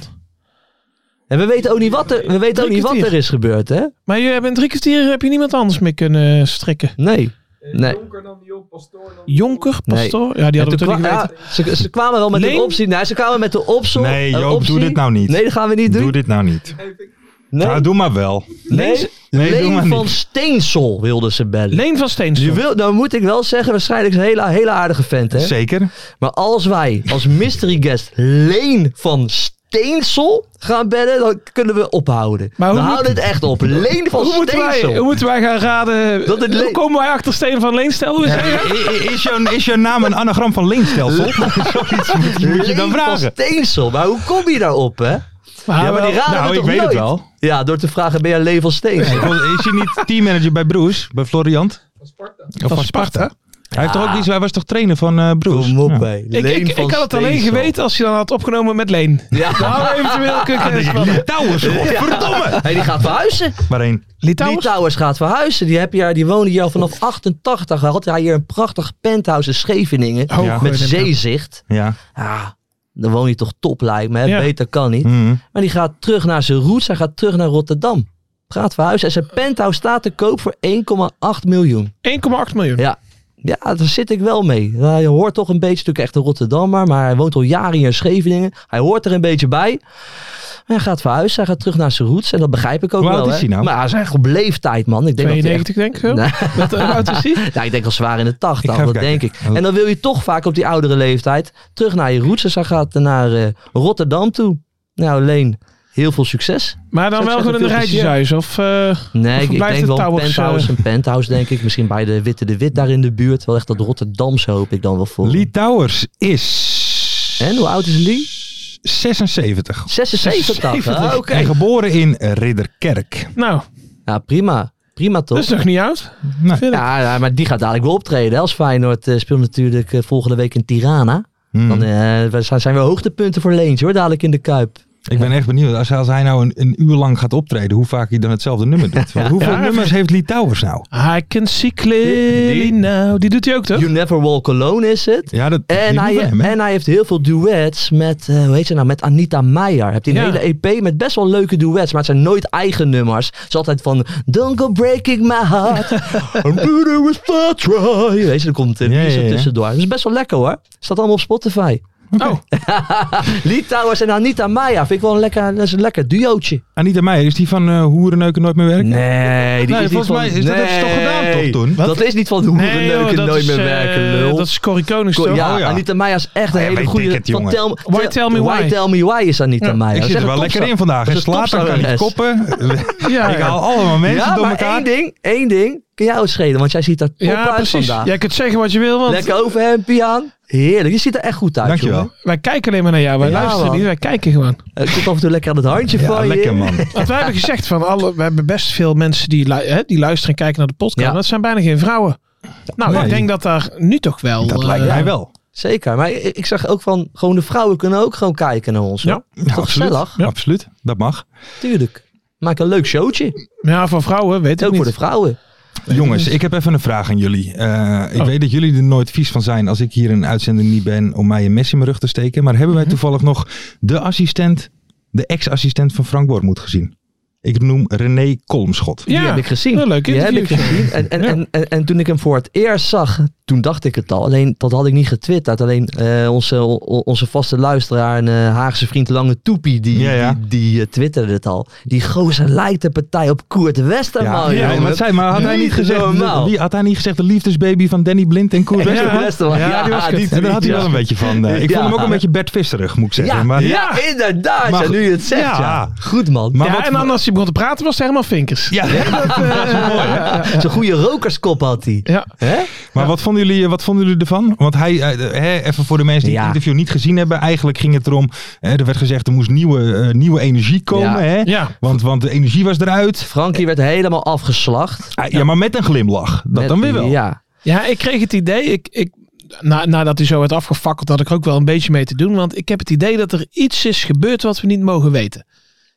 S6: En we weten ook niet wat er, we weten ook
S5: Drie
S6: niet wat
S5: kwartier.
S6: er is gebeurd, hè?
S5: Maar je hebt in drie kwartier heb je niemand anders meer kunnen strikken.
S6: Nee.
S7: Eh,
S6: Nee.
S7: Jonker dan die op, Pastoor dan die op.
S5: Jonker,
S6: Nee.
S5: Pastoor. Ja, die
S6: En
S5: hadden we
S6: toen
S5: toen niet
S6: kwa-
S5: geweten.
S6: ja, ze, ze kwamen wel met
S5: Leen?
S6: een optie. Nee, ze kwamen met de optie.
S4: Nee,
S6: een
S4: Joop, doe
S6: optie.
S4: dit nou niet.
S6: Nee, dat gaan we niet doen.
S4: doe dit nou niet.
S7: Geef ik.
S6: Nee,
S4: Nou, doe maar wel.
S6: nee,
S4: nee, doe
S6: Leen
S4: maar
S6: van
S4: niet.
S6: Steensel wilde ze bellen.
S5: Leen van Steensel.
S6: Je wil, nou moet ik wel zeggen, waarschijnlijk is een hele, hele aardige vent. Hè?
S4: Zeker.
S6: Maar als wij als mystery guest Leen van Steensel gaan bellen, dan kunnen we ophouden.
S5: Maar hoe
S6: we
S5: moet-
S6: houden het echt op. Leen van
S5: hoe, moeten wij,
S6: Steensel.
S5: hoe moeten wij gaan raden?
S6: Dat het
S5: hoe
S6: Leen-
S5: komen wij achter Steen van Leenstel? Hoe is hij?
S4: Is jouw, is jouw naam een anagram van leenstelsel? Zoiets moet, je- moet je dan
S6: Leen van
S4: vragen.
S6: Steensel. Maar hoe kom je daarop, hè?
S5: Maar
S6: Ja, maar
S5: wel-
S6: die raden
S4: Nou,
S6: we
S4: ik
S6: toch
S4: weet het
S6: nooit?
S4: wel.
S6: Ja, door te vragen, ben je Leen van Steensel?
S4: Ik wil- Is je niet teammanager bij Broes, bij Floriant?
S7: Van Sparta.
S4: Of van Sparta? Hij, heeft toch ook iets, hij was toch trainer van eh Broes?
S6: Kom op,
S4: Ja.
S6: hè.
S5: ik,
S6: Leen
S5: ik, ik
S6: van
S5: had het alleen
S6: Steensel.
S5: geweten als je dan had opgenomen met Leen.
S6: Ja. Ah,
S5: Nou, eventueel kun je
S4: Litouwers, godverdomme!
S6: Hey, die gaat verhuizen.
S4: Maar één.
S6: Die
S5: Litouwers?
S6: Towers gaat verhuizen. Die, heb je, die woonde hier al vanaf 88. Had hij hier een prachtig penthouse in Scheveningen.
S5: Oh,
S4: Ja.
S5: gooi
S6: met
S5: hem
S6: zeezicht.
S4: Ja.
S6: Ja, dan woon je toch top lijkt me. hè?
S5: Ja.
S6: Beter kan niet.
S4: Mhm.
S6: Maar die gaat terug naar zijn roots. Hij gaat terug naar Rotterdam. Gaat verhuizen. En zijn penthouse staat te koop voor 1,8 miljoen.
S5: dan. 1,8 miljoen.
S6: Ja. Ja, daar zit ik wel mee. Nou, je hoort toch een beetje, natuurlijk echt een Rotterdammer. Maar hij woont al jaren hier in Scheveningen. Hij hoort er een beetje bij. Maar hij gaat verhuizen. Hij gaat terug naar zijn roots. En dat begrijp ik ook
S4: Hoe
S6: wel.
S4: oud is
S6: hè.
S4: hij nou?
S6: Maar hij is echt op leeftijd, man. Ik denk dat hij echt
S5: 92 denk ik eh, wel.
S6: Nee.
S5: Wat hoe oud is die?
S6: ja, ik denk al zwaar in de
S4: Ik ga
S6: tachtig,
S4: even
S6: dat
S4: kijken.
S6: denk ik. En dan wil je toch vaak op die oudere leeftijd terug naar je roots. Dus hij gaat naar eh, Rotterdam toe. Nou, Leen, heel veel succes.
S5: Maar dan
S6: Zou ik
S5: wel gewoon in
S6: zeggen,
S5: een
S6: veel
S5: rijtjeshuis. Of, eh,
S6: Nee, ik, ik
S5: blijft
S6: denk wel
S5: het
S6: een
S5: Towers,
S6: penthouse,
S5: eh?
S6: een penthouse denk ik. Misschien bij de Witte de Wit daar in de buurt. Wel echt dat Rotterdamse hoop ik dan wel voor.
S4: Litouwers is...
S6: En hoe oud is Lee?
S4: 76.
S6: 76. Ah, Oké.
S4: En geboren in Ridderkerk.
S5: nou,
S6: Ja, prima. Prima toch?
S5: dat is nog niet oud.
S4: Nee.
S5: Vind ik.
S6: ja, ja, maar die gaat dadelijk wel optreden. hè. Als Feyenoord eh, speelt natuurlijk eh, volgende week in Tirana.
S4: Hmm.
S6: Dan eh, we- zijn weer hoogtepunten voor Leentje hoor, dadelijk in de Kuip.
S4: Ik ben echt benieuwd. Als, als hij nou een, een uur lang gaat optreden, hoe vaak hij dan hetzelfde nummer doet. Want hoeveel
S5: Ja.
S4: nummers heeft Litouwers nou?
S5: I can see clearly now. Die doet hij ook toch?
S6: You Never Walk Alone is het.
S4: Ja, dat
S6: En
S4: die
S6: hij,
S4: moeten we hem, hè?
S6: en hij heeft heel veel duets met, eh, hoe heet ze nou, met Anita Meijer. Heeft hij een
S5: Ja.
S6: hele EP met best wel leuke duets, maar het zijn nooit eigen nummers. Het is altijd van, don't go breaking my heart, I'm bitter with far try. Weet je, er komt een
S4: Ja,
S6: ja,
S4: ja, ja.
S6: tussendoor. Dat is best wel lekker hoor. Staat allemaal op Spotify.
S5: Oh,
S6: Lee Towers en Anita Meijer vind ik wel een lekker, dat is een lekker duootje.
S4: Anita Meijer, is die van eh Hoerenneuken Nooit Meer Werken?
S6: Nee, die
S4: Nee,
S6: is niet
S4: volgens
S6: van,
S4: mij is dat- dat is toch gedaan toch toen?
S6: Dat is niet van hoe we
S5: nee, joh,
S6: neuken
S5: dat
S6: nooit
S5: is,
S6: meer
S5: eh,
S6: werken, lul.
S5: Dat is Corrie Konings
S6: Ko-
S5: toch?
S6: ja,
S4: Oh ja.
S6: Anita Meijer is echt een
S4: Ah, ja,
S6: hele
S4: weet
S6: goede...
S4: ik het,
S6: van
S4: jongen.
S6: Tell,
S5: Why Tell Me Why?
S6: Tell Me Why is Anita Meijer.
S4: Ik zit
S6: Dat is
S4: er
S6: echt
S4: wel
S6: een
S4: lekker
S6: topstar.
S4: in vandaag.
S6: Dat
S4: En
S6: is een
S4: slaat dan kan ik
S6: topstangeres.
S4: koppen.
S5: Ja,
S4: Ik
S5: ja.
S4: haal allemaal mensen
S6: Ja,
S4: door
S6: maar
S4: elkaar.
S6: één ding, één ding. Kun jou het schelen, want jij ziet er top
S5: Ja,
S6: uit
S5: precies.
S6: vandaag.
S5: Jij kunt zeggen wat je wil, want
S6: Lekker overhempje aan. Heerlijk, je ziet er echt goed uit,
S4: Dankjewel.
S6: jongen.
S5: wij kijken alleen maar naar jou. Wij
S6: Ja,
S5: luisteren
S6: man.
S5: niet, wij kijken gewoon.
S6: Het komt af en toe lekker aan het handje
S4: Ja,
S6: van je.
S4: lekker man.
S5: Want wij hebben gezegd van alle, we hebben best veel mensen die, lu- hè, die luisteren en kijken naar de podcast.
S6: Ja.
S5: maar Dat zijn bijna geen vrouwen. Nou,
S4: Nee.
S5: ik denk dat daar nu toch wel.
S4: Dat
S5: eh,
S4: lijkt mij wel.
S6: Zeker, maar ik, ik zag ook van, gewoon de vrouwen kunnen ook gewoon kijken naar ons.
S5: Ja.
S6: hoor.
S4: Ja,
S6: Toch
S4: absoluut.
S6: gezellig?
S4: Ja, Absoluut, dat mag.
S6: Tuurlijk. Maak een leuk showtje.
S5: Ja, voor vrouwen weet ik
S6: Ook
S5: niet.
S6: voor de vrouwen.
S4: Jongens, ik heb even een vraag aan jullie. Eh, ik
S5: Oh.
S4: weet dat jullie er nooit vies van zijn als ik hier in een uitzending niet ben om mij een mes in mijn rug te steken. Maar hebben wij toevallig nog de assistent, de ex-assistent van Frank Bormoed gezien? Ik noem René Kolmschot.
S6: Die
S5: Ja,
S6: heb ik gezien.
S5: Een leuk
S6: Die heb ik
S5: interview.
S6: gezien. En, en,
S5: Ja.
S6: en, en, en toen ik hem voor het eerst zag, toen dacht ik het al. Alleen dat had ik niet getwitterd. Alleen eh, onze, o- onze vaste luisteraar en eh, Haagse vriend Lange Toepie, die,
S4: Ja, ja.
S6: die, die, eh, twitterde het al. Die gozer lijkt de partij op Koert Westerman.
S4: ja,
S6: jongen.
S4: maar, zei, maar had, hij
S6: Niet
S4: niet gezegd,
S6: normaal.
S4: wie, had hij niet gezegd de liefdesbaby van Danny Blind en Koert
S6: Koert
S4: Westerman?
S6: Westerman.
S5: Ja, die was kut.
S6: die-
S4: En daar had hij
S6: ja.
S4: wel een beetje van. eh, ik
S6: Ja.
S4: vond hem ook een beetje Bert Visserig, moet ik zeggen.
S6: Ja,
S4: maar,
S6: ja, inderdaad.
S4: Maar
S6: ja, nu je het zegt.
S4: ja.
S6: Ja. Goed man.
S4: maar
S5: ja,
S4: wat-
S5: en dan als hij begon te praten was het helemaal vinkers.
S4: Ja,
S6: Zo'n goede rokerskop had hij.
S5: Ja.
S6: Hè?
S4: Maar wat, vonden jullie, eh, wat vonden jullie ervan? Want hij, eh, hè, even voor de mensen die
S6: Ja.
S4: het interview niet gezien hebben, eigenlijk ging het erom, hè, er werd gezegd er moest nieuwe, eh, nieuwe energie komen.
S6: Ja.
S4: Hè?
S5: Ja.
S4: Want, want de energie was eruit.
S6: Frankie werd helemaal afgeslacht.
S4: Ah, ja. maar met een glimlach. Dat
S6: Met-
S4: dan weer wel.
S6: Ja.
S5: ja, ik kreeg het idee, ik, ik, na, nadat hij zo werd afgefakkeld, had ik er ook wel een beetje mee te doen. Want ik heb het idee dat er iets is gebeurd wat we niet mogen weten.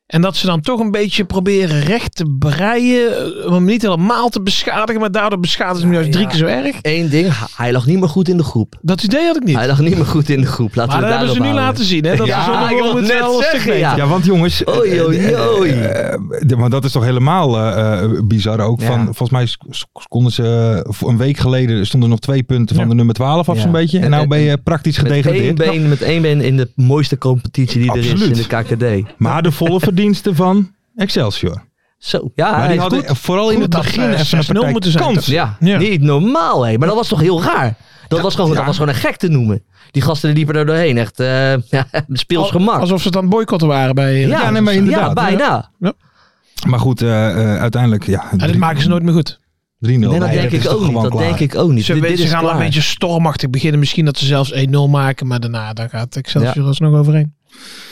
S5: En dat ze dan toch een beetje proberen recht te breien. eh, Om hem niet helemaal te beschadigen, maar daardoor beschadigen ze hem juist drie
S6: ja.
S5: keer zo erg.
S6: Eén ding, hij lag niet meer goed in de groep.
S5: Dat idee had ik niet.
S6: Hij lag niet meer goed in de groep. Laten
S5: Maar
S6: we
S5: dat
S6: het
S5: hebben ze nu
S6: daarop
S5: laten
S6: houden.
S5: zien. Hè? Dat
S6: Ja,
S5: is
S6: ik wou het net zeggen, ja.
S4: Ja, want jongens, eh,
S6: Oei, oei,
S4: eh,
S6: oei.
S4: eh, eh, want dat is toch helemaal eh, eh, bizar ook.
S6: Ja.
S4: Van, volgens mij sk- sk- konden ze eh, voor een week geleden stonden nog twee punten van
S5: Ja.
S4: de nummer 12 af
S6: Ja.
S4: zo'n beetje. En
S6: En-
S4: nou
S6: en-
S4: ben je praktisch
S6: Met één,
S4: gedegradeerd.
S6: been, met één been in de mooiste competitie die er
S4: Absoluut.
S6: is in de KKD.
S4: Maar de volle verdiensten van Excelsior.
S6: Zo, Ah, ja,
S4: Maar
S6: hij
S4: die
S6: is
S4: hadden
S6: goed. eh,
S4: vooral in
S5: Goed
S4: het
S5: dat
S4: begin
S5: we
S4: even
S5: 6-0
S4: een partij
S5: moeten zijn,
S4: kansen.
S5: toch?
S6: Ja,
S5: Ja.
S6: niet normaal hé. Maar dat was toch heel raar. Dat, was gewoon,
S4: ja.
S6: dat was gewoon een gek te noemen. Die gasten liepen er doorheen. Echt eh, ja,
S5: Oh,
S6: speels gemak.
S5: Alsof ze dan boycotten waren bij... eh,
S4: Ja, nee, maar inderdaad.
S6: Ja, bijna.
S4: Maar goed, eh, eh, uiteindelijk, ja,
S5: En dat maken ze nooit meer goed.
S4: 3-0. Nee,
S6: Nee, dat
S4: dat
S6: denk
S4: is
S6: ik
S4: toch
S6: ook niet.
S4: gewoon
S6: Dat
S4: klaar.
S6: denk ik ook niet.
S5: Ze,
S6: Dit-
S5: weet-
S6: dit
S5: ze
S6: is
S5: gaan wel een
S6: klaar.
S5: beetje stormachtig beginnen. Misschien dat ze zelfs 1-0 maken. Maar daarna dan gaat Excelsior alsnog overheen.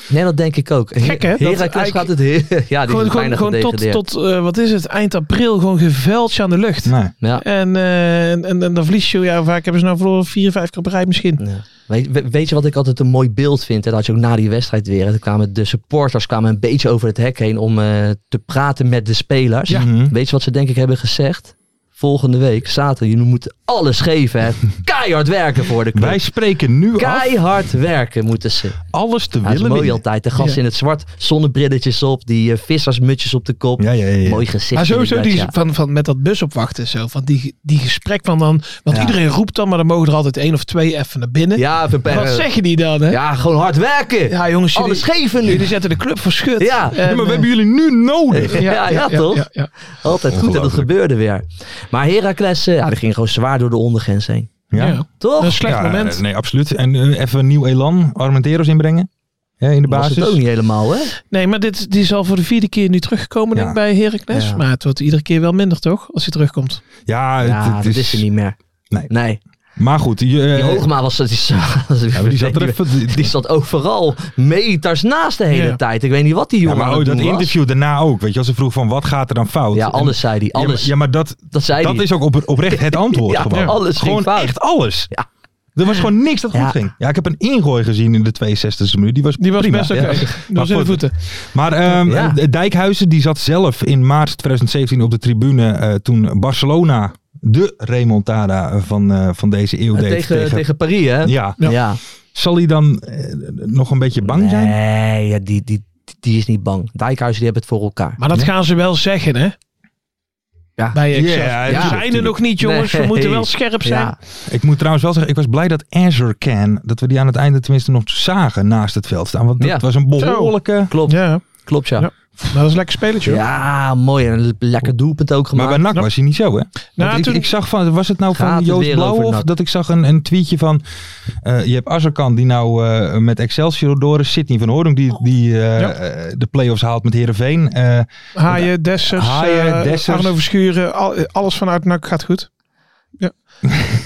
S6: Nee, dat denk ik ook.
S5: Gek, hè? Dat
S6: Heracles
S5: eigenlijk-
S6: gaat het heel... Ja, die
S5: Gewoon,
S6: is
S5: gewoon,
S6: bijna
S5: gewoon tot,
S6: gedegradeerd.
S5: tot eh, wat is het, eind april gewoon geveldje aan de lucht.
S4: Nee.
S6: Ja.
S5: En, eh, en, en, en dan verlies je, ja, hoe vaak hebben ze nou verloren? Vier, vijf keer op rij misschien.
S6: Ja. Weet, we- weet je wat ik altijd een mooi beeld vind? En dat had je ook na die wedstrijd weer. En kwamen de supporters kwamen een beetje over het hek heen om eh, te praten met de spelers.
S4: Mhm.
S6: Weet je wat ze denk ik hebben gezegd? Volgende week, zaterdag, jullie moeten alles geven. Hè. Keihard werken voor de club.
S4: Wij spreken nu af
S6: Keihard werken moeten ze.
S4: alles te
S6: Ja, dat is
S4: willen
S6: mooi
S4: winnen.
S6: altijd. De gasten
S5: Ja.
S6: in het zwart, zonnebrilletjes op, die eh, vissersmutjes op de kop.
S4: Ja, ja, ja, ja.
S6: Mooi gezicht.
S5: Maar sowieso
S6: inderdaad,
S5: Ah, die,
S6: ja.
S5: van, van met dat bus opwachten zo. Van die, die gesprek van dan. Want iedereen roept dan, maar dan mogen er altijd één of twee even naar binnen.
S6: Ja, even per-
S5: Wat zeggen die dan? Hè? Ja.
S6: ja, gewoon hard werken.
S5: jongens, jullie,
S6: alles geven nu.
S5: jullie zetten de club voor schut.
S6: Ja.
S5: En,
S4: Ja, maar we
S5: eh,
S4: hebben jullie nu nodig.
S6: Ja, ja, toch?
S5: ja, ja.
S6: Altijd goed en dat
S4: Ongelooflijk.
S6: gebeurde weer. Maar Heracles, eh, ja, die ging gewoon zwaar door de ondergrens heen.
S4: Ja.
S5: Ja.
S6: Toch?
S5: Een slecht
S4: Ja,
S5: moment.
S4: Nee, absoluut. En eh, even een nieuw elan, Armenteros inbrengen. Hè, in de
S6: Was
S4: basis. Eh,
S6: het ook niet helemaal, hè?
S5: Nee, maar dit, die is al voor de vierde keer nu teruggekomen denk ik,
S4: Ja.
S5: bij Heracles.
S6: Ja.
S5: Maar het wordt iedere keer wel minder, toch? Als hij terugkomt.
S4: Ja, het-
S6: Ja,
S4: het
S6: dat is er niet meer.
S4: Nee.
S6: Nee.
S4: Maar goed, je, eh,
S6: Die Hoogma was... Die,
S4: ja, maar die zat er even. Die,
S6: Die zat overal meters naast de hele
S5: Ja.
S6: tijd. Ik weet niet wat die
S4: ja,
S6: jongen
S4: maar
S6: aan
S4: ook
S6: het
S4: dat
S6: doen was.
S4: interview daarna ook. Weet je, als ze vroeg van wat gaat er dan fout?
S6: Ja,
S4: En-
S6: alles zei hij.
S4: Ja, maar-
S6: Alles.
S4: Ja, maar dat,
S6: dat zei
S4: dat
S6: hij.
S4: is ook op, oprecht het antwoord.
S6: Ja,
S4: gewoon
S6: alles ging
S4: gewoon
S6: fout.
S4: echt alles.
S6: Ja.
S4: Er was gewoon niks dat goed
S6: Ja.
S4: ging. Ja, ik heb een ingooi gezien in de 62e minuut. Die was,
S5: Die was
S4: prima.
S5: best oké.
S4: Ja.
S5: Door zijn
S4: goed.
S5: voeten.
S4: Maar ehm,
S6: Ja.
S4: eh, Dijkhuizen die zat zelf in maart 2017 op de tribune eh, toen Barcelona de remontada eh, van, eh, van deze eeuw deed.
S6: tegen, tegen, Paris, hè?
S4: Ja.
S6: Ja.
S4: Zal hij dan eh, nog een beetje bang zijn?
S6: Nee, ja, die, die, die is niet bang. Dijkhuizen, die hebben het voor elkaar.
S5: Maar dat
S4: Ja.
S5: gaan ze wel zeggen, hè?
S6: Ja.
S5: Bij
S4: Ja,
S5: Excelsior.
S4: ja,
S5: We
S4: tuurlijk,
S5: zijn er
S4: tuurlijk.
S5: nog niet, jongens. We
S6: Nee.
S5: moeten wel scherp zijn.
S6: Ja.
S4: Ik moet trouwens wel zeggen, ik was blij dat Azure Can, dat we die aan het einde tenminste nog zagen naast het veld staan. Want dat
S6: Ja.
S4: was een behoorlijke...
S6: Klopt,
S5: Ja,
S6: klopt ja.
S5: Ja. dat was een lekker spelletje. hoor.
S6: Ja, mooi. En een lekker doelpunt ook
S4: Maar
S6: gemaakt.
S4: bij NAC
S5: Nou,
S4: was hij niet zo, hè? Want
S5: Nou,
S4: ik,
S5: toen-
S4: ik zag van, was het nou
S6: Gaat
S4: van
S6: het
S4: Joost
S6: weer over
S4: Blauwhof
S6: NAC?
S4: dat ik zag een, een tweetje van, eh, je hebt Azarkan die nou eh, met Excelsior door is, Sidney van Hoorn die, die eh,
S5: Ja.
S4: eh, de play-offs haalt met Heerenveen. Eh
S5: Haaien, Dessers,
S4: Haaien,
S5: eh,
S4: Dessers.
S5: Arno Verschuren, al- eh, alles vanuit NAC gaat goed. Ja.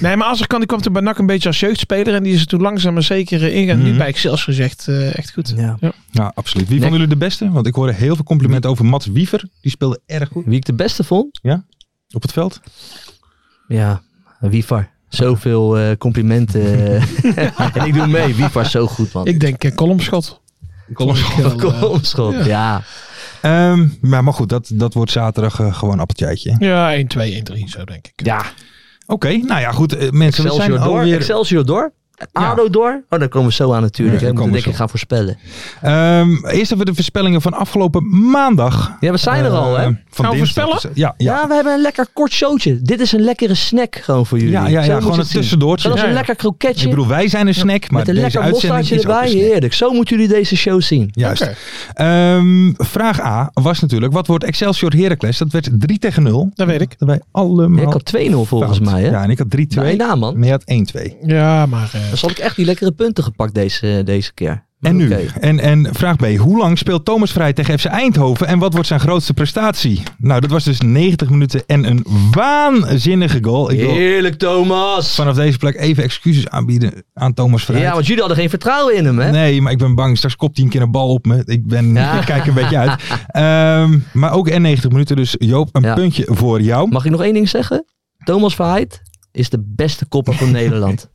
S5: nee, maar als er kan, die kwam er bij NAC een beetje als jeugdspeler. En die is er toen langzaam maar zeker eh, ingegaan.
S4: Mhm.
S5: Nu bij Excelsior gezegd echt, eh, echt goed.
S6: Ja.
S4: nou, absoluut. Wie
S6: Nee.
S4: van jullie de beste? Want ik hoorde heel veel complimenten over Mats Wiever. Die speelde erg goed
S6: Wie ik de beste vond?
S4: op het veld.
S6: Ja, Wifar. Zoveel eh, complimenten. en ik doe mee. Wifar is zo goed, man.
S5: Ik denk eh, kolomschot. Kolomschot.
S6: Kom, schot. Ja.
S4: Ehm, maar, maar goed, dat, dat wordt zaterdag eh, gewoon appeltjijtje. hè?
S5: Ja, 1, 2, 1, 3, zo denk ik.
S6: Ja.
S4: Oké, nou ja, goed. eh, mensen, we zijn
S6: Excelsior door.
S4: alweer...
S6: Excelsior door. ADO door. Oh, daar komen we zo aan natuurlijk.
S4: Ja,
S6: hè.
S4: daar
S6: We
S4: komen we
S6: moeten denk ik
S4: zo.
S6: gaan voorspellen.
S4: Ehm, eerst even de voorspellingen van afgelopen maandag.
S6: Ja, we zijn er
S4: Eh,
S6: al, hè?
S4: Van
S5: Gaan we
S4: dinsdag.
S5: voorspellen?
S4: Ja, ja.
S6: Ja, we hebben een lekker kort showtje. Dit is een lekkere snack gewoon voor jullie.
S4: Ja, ja,
S6: Zo
S4: ja
S6: moet je
S4: gewoon een
S6: het zien.
S4: tussendoortje.
S6: Dat is
S4: Ja,
S6: een
S4: ja.
S6: lekker kroketje.
S4: Ik bedoel, wij zijn een snack, maar
S6: met een
S4: deze
S6: lekker
S4: uitzending
S6: mosterdje
S4: is ook
S6: erbij.
S4: een snack.
S6: Heerlijk. Zo moeten jullie deze show zien.
S4: Juist.
S5: Oké.
S4: Ehm, vraag A was natuurlijk, wat wordt Excelsior Heracles? Dat werd 3 tegen 0.
S5: Dat weet ik.
S4: Dat wij allemaal
S6: Ja, ik had 2-0 volgens
S4: fout.
S6: mij, hè? nou
S4: Ja, en ik had 3-2.
S6: Bijna, man.
S4: Maar je had 1-2.
S5: Ja, maar eh,
S6: Dan had ik echt die lekkere punten gepakt deze, deze keer.
S4: En nu,
S6: Oké.
S4: en, en vraag B. Hoe lang speelt Thomas Vrij tegen FC Eindhoven en wat wordt zijn grootste prestatie? Nou, dat was dus 90 minuten en een waanzinnige goal. Ik wil
S6: Heerlijk, Thomas.
S4: vanaf deze plek even excuses aanbieden aan Thomas Vrij.
S6: Ja, want jullie hadden geen vertrouwen in hem, hè?
S4: Nee, maar ik ben bang. Straks kopt hij een keer een bal op me. Ik, ben,
S6: Ja.
S4: ik kijk een beetje uit. Ehm, maar ook en 90 minuten. Dus Joop, een
S6: Ja.
S4: puntje voor jou.
S6: Mag ik nog één ding zeggen? Thomas Verheid is de beste kopper van Nederland.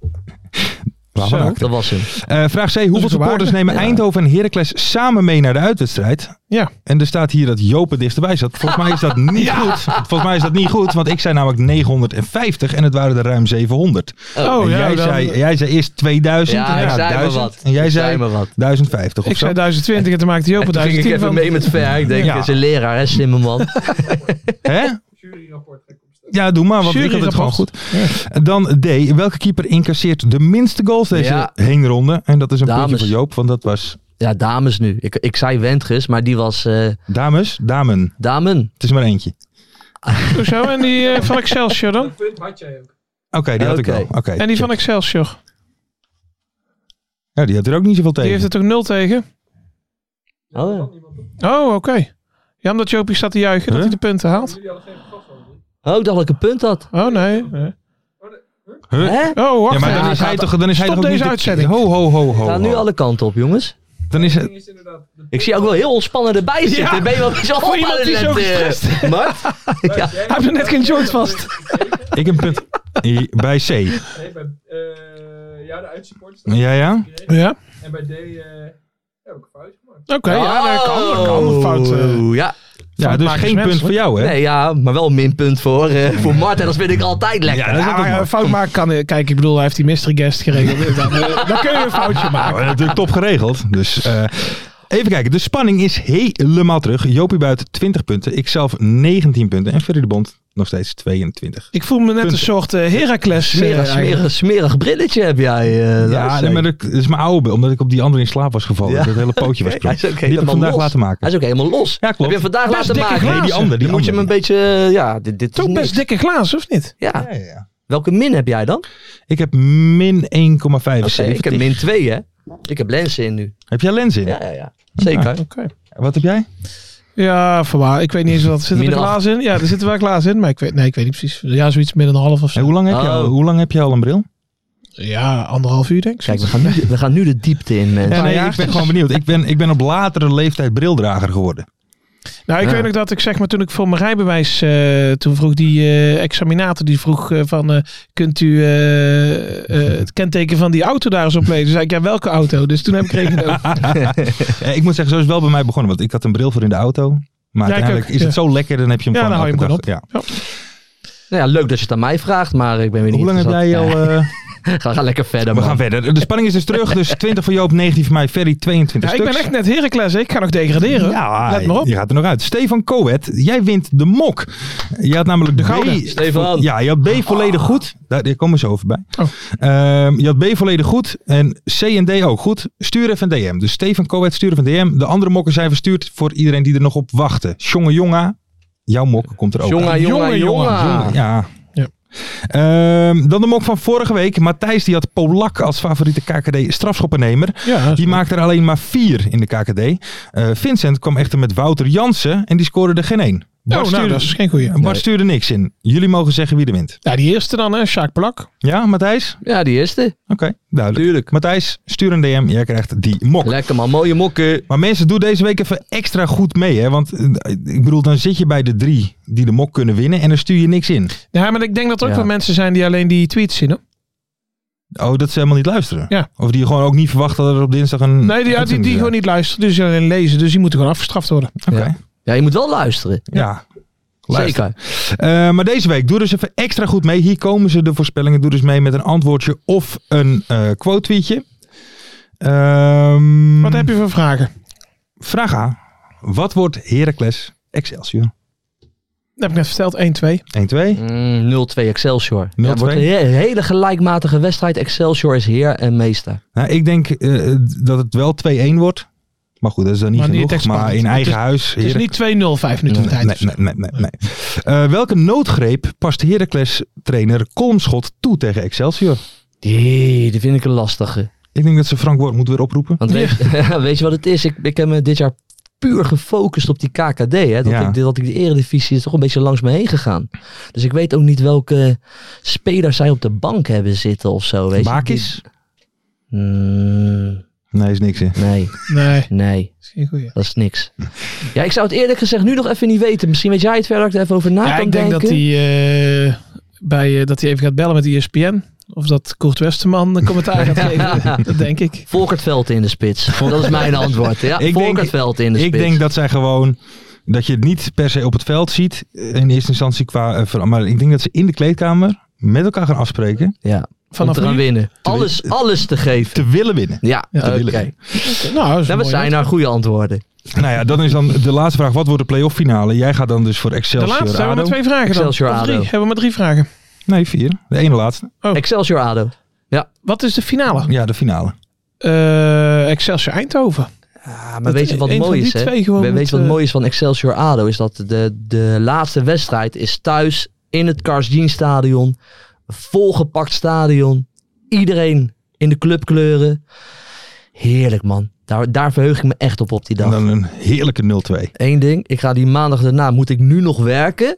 S4: Waar
S5: Zo.
S4: van ook.
S6: Dat was hem.
S4: Eh, vraag C. Hoeveel
S5: een
S4: supporters
S5: waarde.
S4: nemen
S6: Ja.
S4: Eindhoven en Heracles samen mee naar de uitwedstrijd?
S5: ja.
S4: En er staat hier dat Joop er dichterbij zat. Volgens mij is dat niet goed. Volgens mij is dat niet goed. Want ik zei namelijk 950 en het waren er ruim 700.
S6: Oh,
S4: en
S5: ja,
S4: jij,
S5: dan-
S4: zei, jij zei eerst 2000.
S6: Ja, ik
S4: daarna
S6: zei maar
S4: 1000,
S6: wat.
S4: En jij
S6: Ik
S4: zei,
S6: zei maar wat.
S4: 1050 of
S5: ik
S4: zo.
S5: zei 1020 en toen maakte hij
S6: En
S5: open
S6: toen ging ik
S5: 1010
S6: even
S5: van.
S6: mee met Ver. Ik denk,
S4: Ja.
S6: dat is een leraar, hè, slimme man.
S4: Hè?
S7: Juryrapport ga ik opstellen.
S4: Ja, doe maar, want ik had het
S5: Juryrapport.
S4: gewoon goed. Dan D. Welke keeper incasseert de minste goals deze
S6: Ja.
S4: heenronde? En dat is een
S6: Dames.
S4: puntje voor Joop, want dat was
S6: Ja, dames nu. Ik, ik zei Wendges, maar die was eh
S4: Dames, damen.
S6: damen.
S4: Het is maar eentje.
S5: Hoezo? En die eh, van Excelsior dan?
S7: Dat punt had jij ook.
S4: Oké, die had ik
S6: Oké.
S4: wel. Oké.
S5: En die van Excelsior.
S4: Ja, die had er ook niet zoveel tegen.
S5: Die heeft het ook nul tegen.
S6: Oh, ja.
S7: Kan niemand op.
S5: Oh, oké. Ja, omdat Jopie staat te juichen dat
S4: Huh?
S5: hij de punten haalt.
S7: Jullie hadden geen gevat van.
S6: oh, ik dacht dat ik een punt had.
S5: Oh, nee. nee.
S4: Huh?
S6: Hè?
S5: Oh, wacht
S4: Ja, maar dan
S5: even.
S4: is hij toch, dan is hij
S5: Stop
S4: toch ook niet
S5: deze
S4: de-
S5: uitzending.
S4: Ho, ho, ho, ho.
S6: We gaan nu
S4: ho.
S6: alle kanten op, jongens.
S4: Dan is
S7: Het
S4: het...
S7: ding is inderdaad. de
S6: Ik zie ook wel heel ontspannen erbij zitten. Ben je wel een beetje
S5: Voor iemand die zo gestrest
S6: is. Mart? ja.
S7: Jij
S5: Hij heeft net geen shorts vast.
S4: Ik een punt I- bij C.
S7: Nee, bij eh, ja, de uitsupporters.
S4: Ja, ja.
S5: Ja,
S7: En bij D eh heb ik een fout gemaakt.
S5: oké. ja, dat kan. Dat kan. Fout, eh.
S6: Oh. ja.
S4: Oh. Ja,
S5: Fout
S4: dus
S5: maken is
S4: geen punt voor
S5: menselijk.
S4: jou, hè?
S6: Nee, ja, maar wel een minpunt voor, eh voor Mart. En dat vind ik altijd lekker.
S4: Ja, dat is ook
S5: Ja, maar,
S4: nog-
S5: eh, fout maken kan. eh, Kijk, ik bedoel, hij heeft die mystery guest geregeld. dan, eh, dan kun je een foutje
S4: Ja,
S5: maken.
S4: maar natuurlijk top geregeld. Dus eh, even kijken. De spanning is helemaal terug. Jopie Buiten 20 punten. Ikzelf 19 punten. En Ferry de Bond nog steeds 22.
S5: Ik voel me net een
S4: Punten.
S5: soort eh, Heracles. eh,
S6: Smerig,
S5: eigenlijk.
S6: smerig, smerig brilletje heb jij. eh
S4: Ja,
S6: Lars.
S4: nee, maar dat dat is mijn oude, omdat ik op die andere in slaap was gevallen.
S6: Ja.
S4: Dat het hele pootje was
S6: Hij
S4: toen.
S6: is ook
S4: Die heb ik
S6: helemaal
S4: vandaag
S6: los.
S4: laten maken.
S6: Hij is ook helemaal los.
S4: Ja, klopt.
S6: Heb je hem vandaag
S5: Best
S6: laten
S5: dikke
S6: maken?
S5: glazen.
S4: Nee, die ander. Die
S6: Dan moet je hem een
S4: andere.
S6: beetje... eh, Ja, dit, dit is
S5: Toch
S6: niks.
S5: best dikke glaas, of niet?
S6: Ja.
S4: Ja, ja, ja.
S6: Welke min heb jij dan?
S4: Ik heb min 1,75.
S6: Oké, ik heb min 2, hè? Ik heb lenzen in nu.
S4: Heb jij lens in?
S6: Ja, ja, ja. Zeker.
S5: Oké.
S4: Wat heb jij?
S5: Ja, voorwaar. Ik weet niet eens wat. Zit er
S6: Min
S5: een
S6: acht.
S5: glaas in? Ja, er zitten wel glazen in. Maar ik weet, nee, ik weet niet precies. Ja, zoiets midden een half of
S4: En
S5: zo.
S4: hoe lang heb, je, al,
S6: Oh.
S4: hoe lang heb je al een bril?
S5: Ja, anderhalf uur denk ik.
S6: Kijk, we gaan, nu, we gaan nu de diepte in, mensen.
S4: Ja, nee, ik
S5: jaartjes.
S4: ben gewoon benieuwd. Ik ben, ik ben op latere leeftijd brildrager geworden.
S5: Nou, ik
S6: Ja.
S5: weet ook dat ik zeg maar toen ik voor mijn rijbewijs, eh, toen vroeg die eh, examinator, die vroeg eh, van, eh, kunt u eh, eh, het kenteken van die auto daar eens op lezen? Toen zei ik, ja, welke auto? Dus toen heb ik rekening
S4: Eh, ik moet zeggen, zo is het wel bij mij begonnen. Want ik had een bril voor in de auto. Maar
S5: Ja, ik
S4: uiteindelijk
S5: ook,
S4: is het
S5: ja.
S4: zo lekker, dan heb je hem
S5: Ja,
S4: gewoon
S5: dan hou je
S4: elke
S5: hem
S4: dag. Ja.
S6: Nou ja, leuk dat je het aan mij vraagt, maar ik ben weer niet
S4: Hoe lang heb jij al...
S6: interessant.
S4: eh,
S6: Ja, ga, ga lekker verder,
S4: we
S6: man.
S4: gaan verder. De spanning is dus terug. Dus 20 voor Joop, 19 voor mij. Ferry, 22
S5: Ja, ik
S4: stuks.
S5: ben echt net Heracles. hè. Ik ga nog degraderen.
S4: Ja,
S5: Let maar op.
S4: je gaat er nog uit. Stefan Coet, jij wint de mok. Je had namelijk de
S5: gouden.
S6: Stefan.
S4: Ja, je had B volledig goed. Daar, daar komen we zo over bij.
S5: Oh.
S4: Ehm, je had B volledig goed en C en D ook goed. Stuur even een DM. Dus Stefan Coet, stuur even een DM. De andere mokken zijn verstuurd voor iedereen die er nog op wachtte. Jonge Jonga, jouw mok komt er ook aan.
S6: Jonga, jonga,
S5: Jongen, jongen,
S6: jonga.
S4: Jonge, Ja.
S5: Ja.
S4: Ehm, dan de mok van vorige week. Matthijs die had Polak als favoriete KKD strafschoppennemer.
S5: Ja,
S4: Die maakte er alleen maar vier in de KKD. Eh, Vincent kwam echter met Wouter Jansen en die scoorde er geen één.
S5: Oh,
S4: Bart,
S5: nou,
S4: stuurde,
S5: dat is geen goeie.
S4: Bart stuurde niks in. Jullie mogen zeggen wie er wint.
S5: Ja, die eerste dan, hè? Sjaak Plak.
S4: Ja, Matthijs?
S6: Ja, die eerste.
S4: Oké, duidelijk.
S6: Tuurlijk.
S4: Matthijs, stuur een DM. Jij krijgt die mok.
S6: Lekker, man. Mooie mokken.
S4: maar mensen, doe deze week even extra goed mee. Hè? Want eh, ik bedoel, dan zit je bij de drie die de mok kunnen winnen en dan stuur je niks in.
S5: Ja, maar ik denk dat er ook
S6: Ja.
S5: wel mensen zijn die alleen die tweets zien. Hoor.
S4: Oh, dat ze helemaal niet luisteren.
S5: Ja.
S4: Of die gewoon ook niet verwachten Hm, dat er op dinsdag een...
S5: Nee, die, ja, die,
S4: uitzending
S5: die
S4: is.
S5: gewoon niet luisteren. Dus die alleen lezen. Dus die moeten gewoon afgestraft worden.
S4: Oké,
S6: Ja. Ja, je moet wel luisteren.
S4: ja. Luister.
S6: Zeker.
S4: Eh, maar deze week, doe dus even extra goed mee. Hier komen ze, de voorspellingen. Doe dus mee met een antwoordje of een eh quote tweetje. Ehm,
S5: Wat heb je voor vragen?
S4: Vraag A. Wat wordt Heracles Excelsior?
S5: Dat heb ik net verteld. 1-2.
S4: 1, 2.
S6: Mm, 0-2 Excelsior. Ja,
S4: 0-2.
S6: het wordt een he- hele gelijkmatige wedstrijd. Excelsior is heer en meester.
S4: Nou, ik denk eh, dat het wel 2-1 wordt. Maar goed, dat is dan niet
S5: Maar niet
S4: genoeg.
S5: echt
S4: maar
S5: spannend.
S4: in
S5: Het
S4: eigen
S5: is-
S4: huis.
S5: Het is niet 2-0 vijf minuten voor
S4: Nee,
S5: tijd. dus-
S4: nee, nee. nee, nee. Eh, welke noodgreep past Heracles-trainer Kolmschot toe tegen Excelsior?
S6: Die, die vind ik een lastige.
S4: Ik denk dat ze Frank Woord moet weer oproepen.
S6: Want weet, weet je wat het is? Ik, ik heb me dit jaar puur gefocust op die KKD. Hè? Dat,
S4: Ja.
S6: ik, dat ik de eredivisie is toch een beetje langs me heen gegaan. Dus ik weet ook niet welke spelers zij op de bank hebben zitten of zo. Weet je.
S4: Bakis?
S6: Mm,
S4: Nee, is niks. hè.
S6: nee,
S5: Nee,
S6: nee,
S5: is geen goeie.
S6: dat is niks. Ja, ik zou het eerlijk gezegd nu nog even niet weten. Misschien weet jij het verder dat ik er even over na
S5: Ja,
S6: kan
S5: ik denk dat
S6: denken.
S5: hij eh, bij eh, dat hij even gaat bellen met ESPN. Of dat Koert Westerman een commentaar gaat geven. Dat denk ik.
S6: Volkertveld in de spits. Dat is mijn antwoord. Ja,
S4: Ik denk-
S6: Volkertveld in de
S4: Ik
S6: spits.
S4: denk dat zij gewoon dat je het niet per se op het veld ziet eh, in eerste instantie qua eh, ver- maar ik denk dat ze in de kleedkamer met elkaar gaan afspreken
S6: ja,
S5: Vanaf
S6: om te gaan
S5: nu?
S6: winnen. Alles, alles te geven.
S4: te willen winnen.
S6: Ja,
S5: Ja, te
S6: oké.
S4: willen
S5: Nou, dat is een
S6: Nou, we
S5: mooie
S6: zijn naar goede antwoorden.
S4: Nou ja, dan is dan de laatste vraag: wat wordt de play-off finale? Jij gaat dan dus voor
S5: De
S4: Excelsior.
S5: laatste hebben we
S4: ADO.
S5: maar twee vragen dan. Of
S6: Excelsior
S5: drie.
S6: ADO.
S5: Hebben we maar drie vragen.
S4: Nee, vier. De ene laatste.
S5: Oh.
S6: Excelsior ADO.
S5: Wat is de finale?
S4: Ja, de finale.
S5: Eh Excelsior Eindhoven.
S6: Ja, maar
S5: Dat
S6: weet je wat
S5: een
S6: mooi
S5: van
S6: is?
S5: die
S6: hè?
S5: twee gewoon
S6: We-
S5: met,
S6: Weet je wat
S5: eh,
S6: mooi is van Excelsior ADO? Is dat de, de laatste wedstrijd is thuis in het Karsdien stadion. Volgepakt stadion. Iedereen in de clubkleuren. Heerlijk man. Daar, daar verheug ik me echt op op die
S4: En
S6: dag.
S4: dan een heerlijke 0-2.
S6: Eén ding. Ik ga die maandag daarna, moet ik nu nog werken?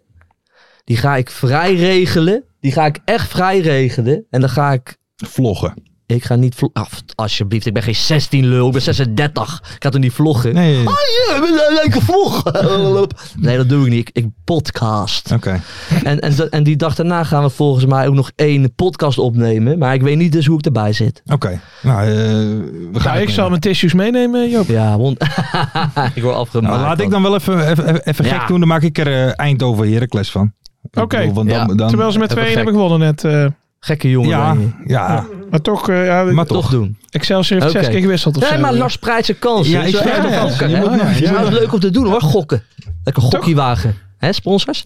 S6: Die ga ik vrij regelen. Die ga ik echt vrij regelen. En dan ga ik
S4: Vloggen.
S6: ik ga niet vloggen. alsjeblieft, ik ben geen 16 lul, ik ben 36. Ik ga toch niet vloggen?
S4: Nee, nee, nee.
S6: Ja, we zijn leuke vlog. nee, dat doe ik niet. Ik, ik podcast.
S4: oké.
S6: En, en, dat- en die dag daarna gaan we volgens mij ook nog één podcast opnemen. Maar ik weet niet dus hoe ik erbij zit.
S4: Oké. Nou, eh, we gaan
S5: Nou, ik
S4: het
S5: zal
S4: nemen.
S5: mijn tissues meenemen, Joop.
S6: Ja, want ik word afgemaakt.
S4: Nou, laat ik dan wel even, even, even- even
S6: Ja.
S4: gek doen. Dan maak ik er eh, Eindhoven Heracles van. Ik
S5: Oké.
S4: bedoel, want
S6: Ja,
S4: dan, dan,
S5: Terwijl ze met 2-1
S6: Even gek.
S5: hebben gewonnen net. eh.
S6: Gekke jongen.
S4: ja,
S6: ben je.
S4: ja,
S5: maar toch, eh, ja,
S4: maar
S6: Toch
S4: toch.
S6: doen.
S5: Excelsior heeft
S6: Oké.
S5: zes keer gewisseld of
S6: Nee,
S5: zo.
S6: maar Lars prijt zijn kans.
S4: Ja, ik
S6: Zo
S4: zei
S6: echt
S4: het
S6: een
S4: al.
S6: gokken,
S4: Je
S6: hè?
S4: moet maar-
S6: Ja,
S4: je
S6: dat
S4: moet-
S6: is leuk om te doen hoor, gokken. Lekker gokkiewagen. Hè, sponsors?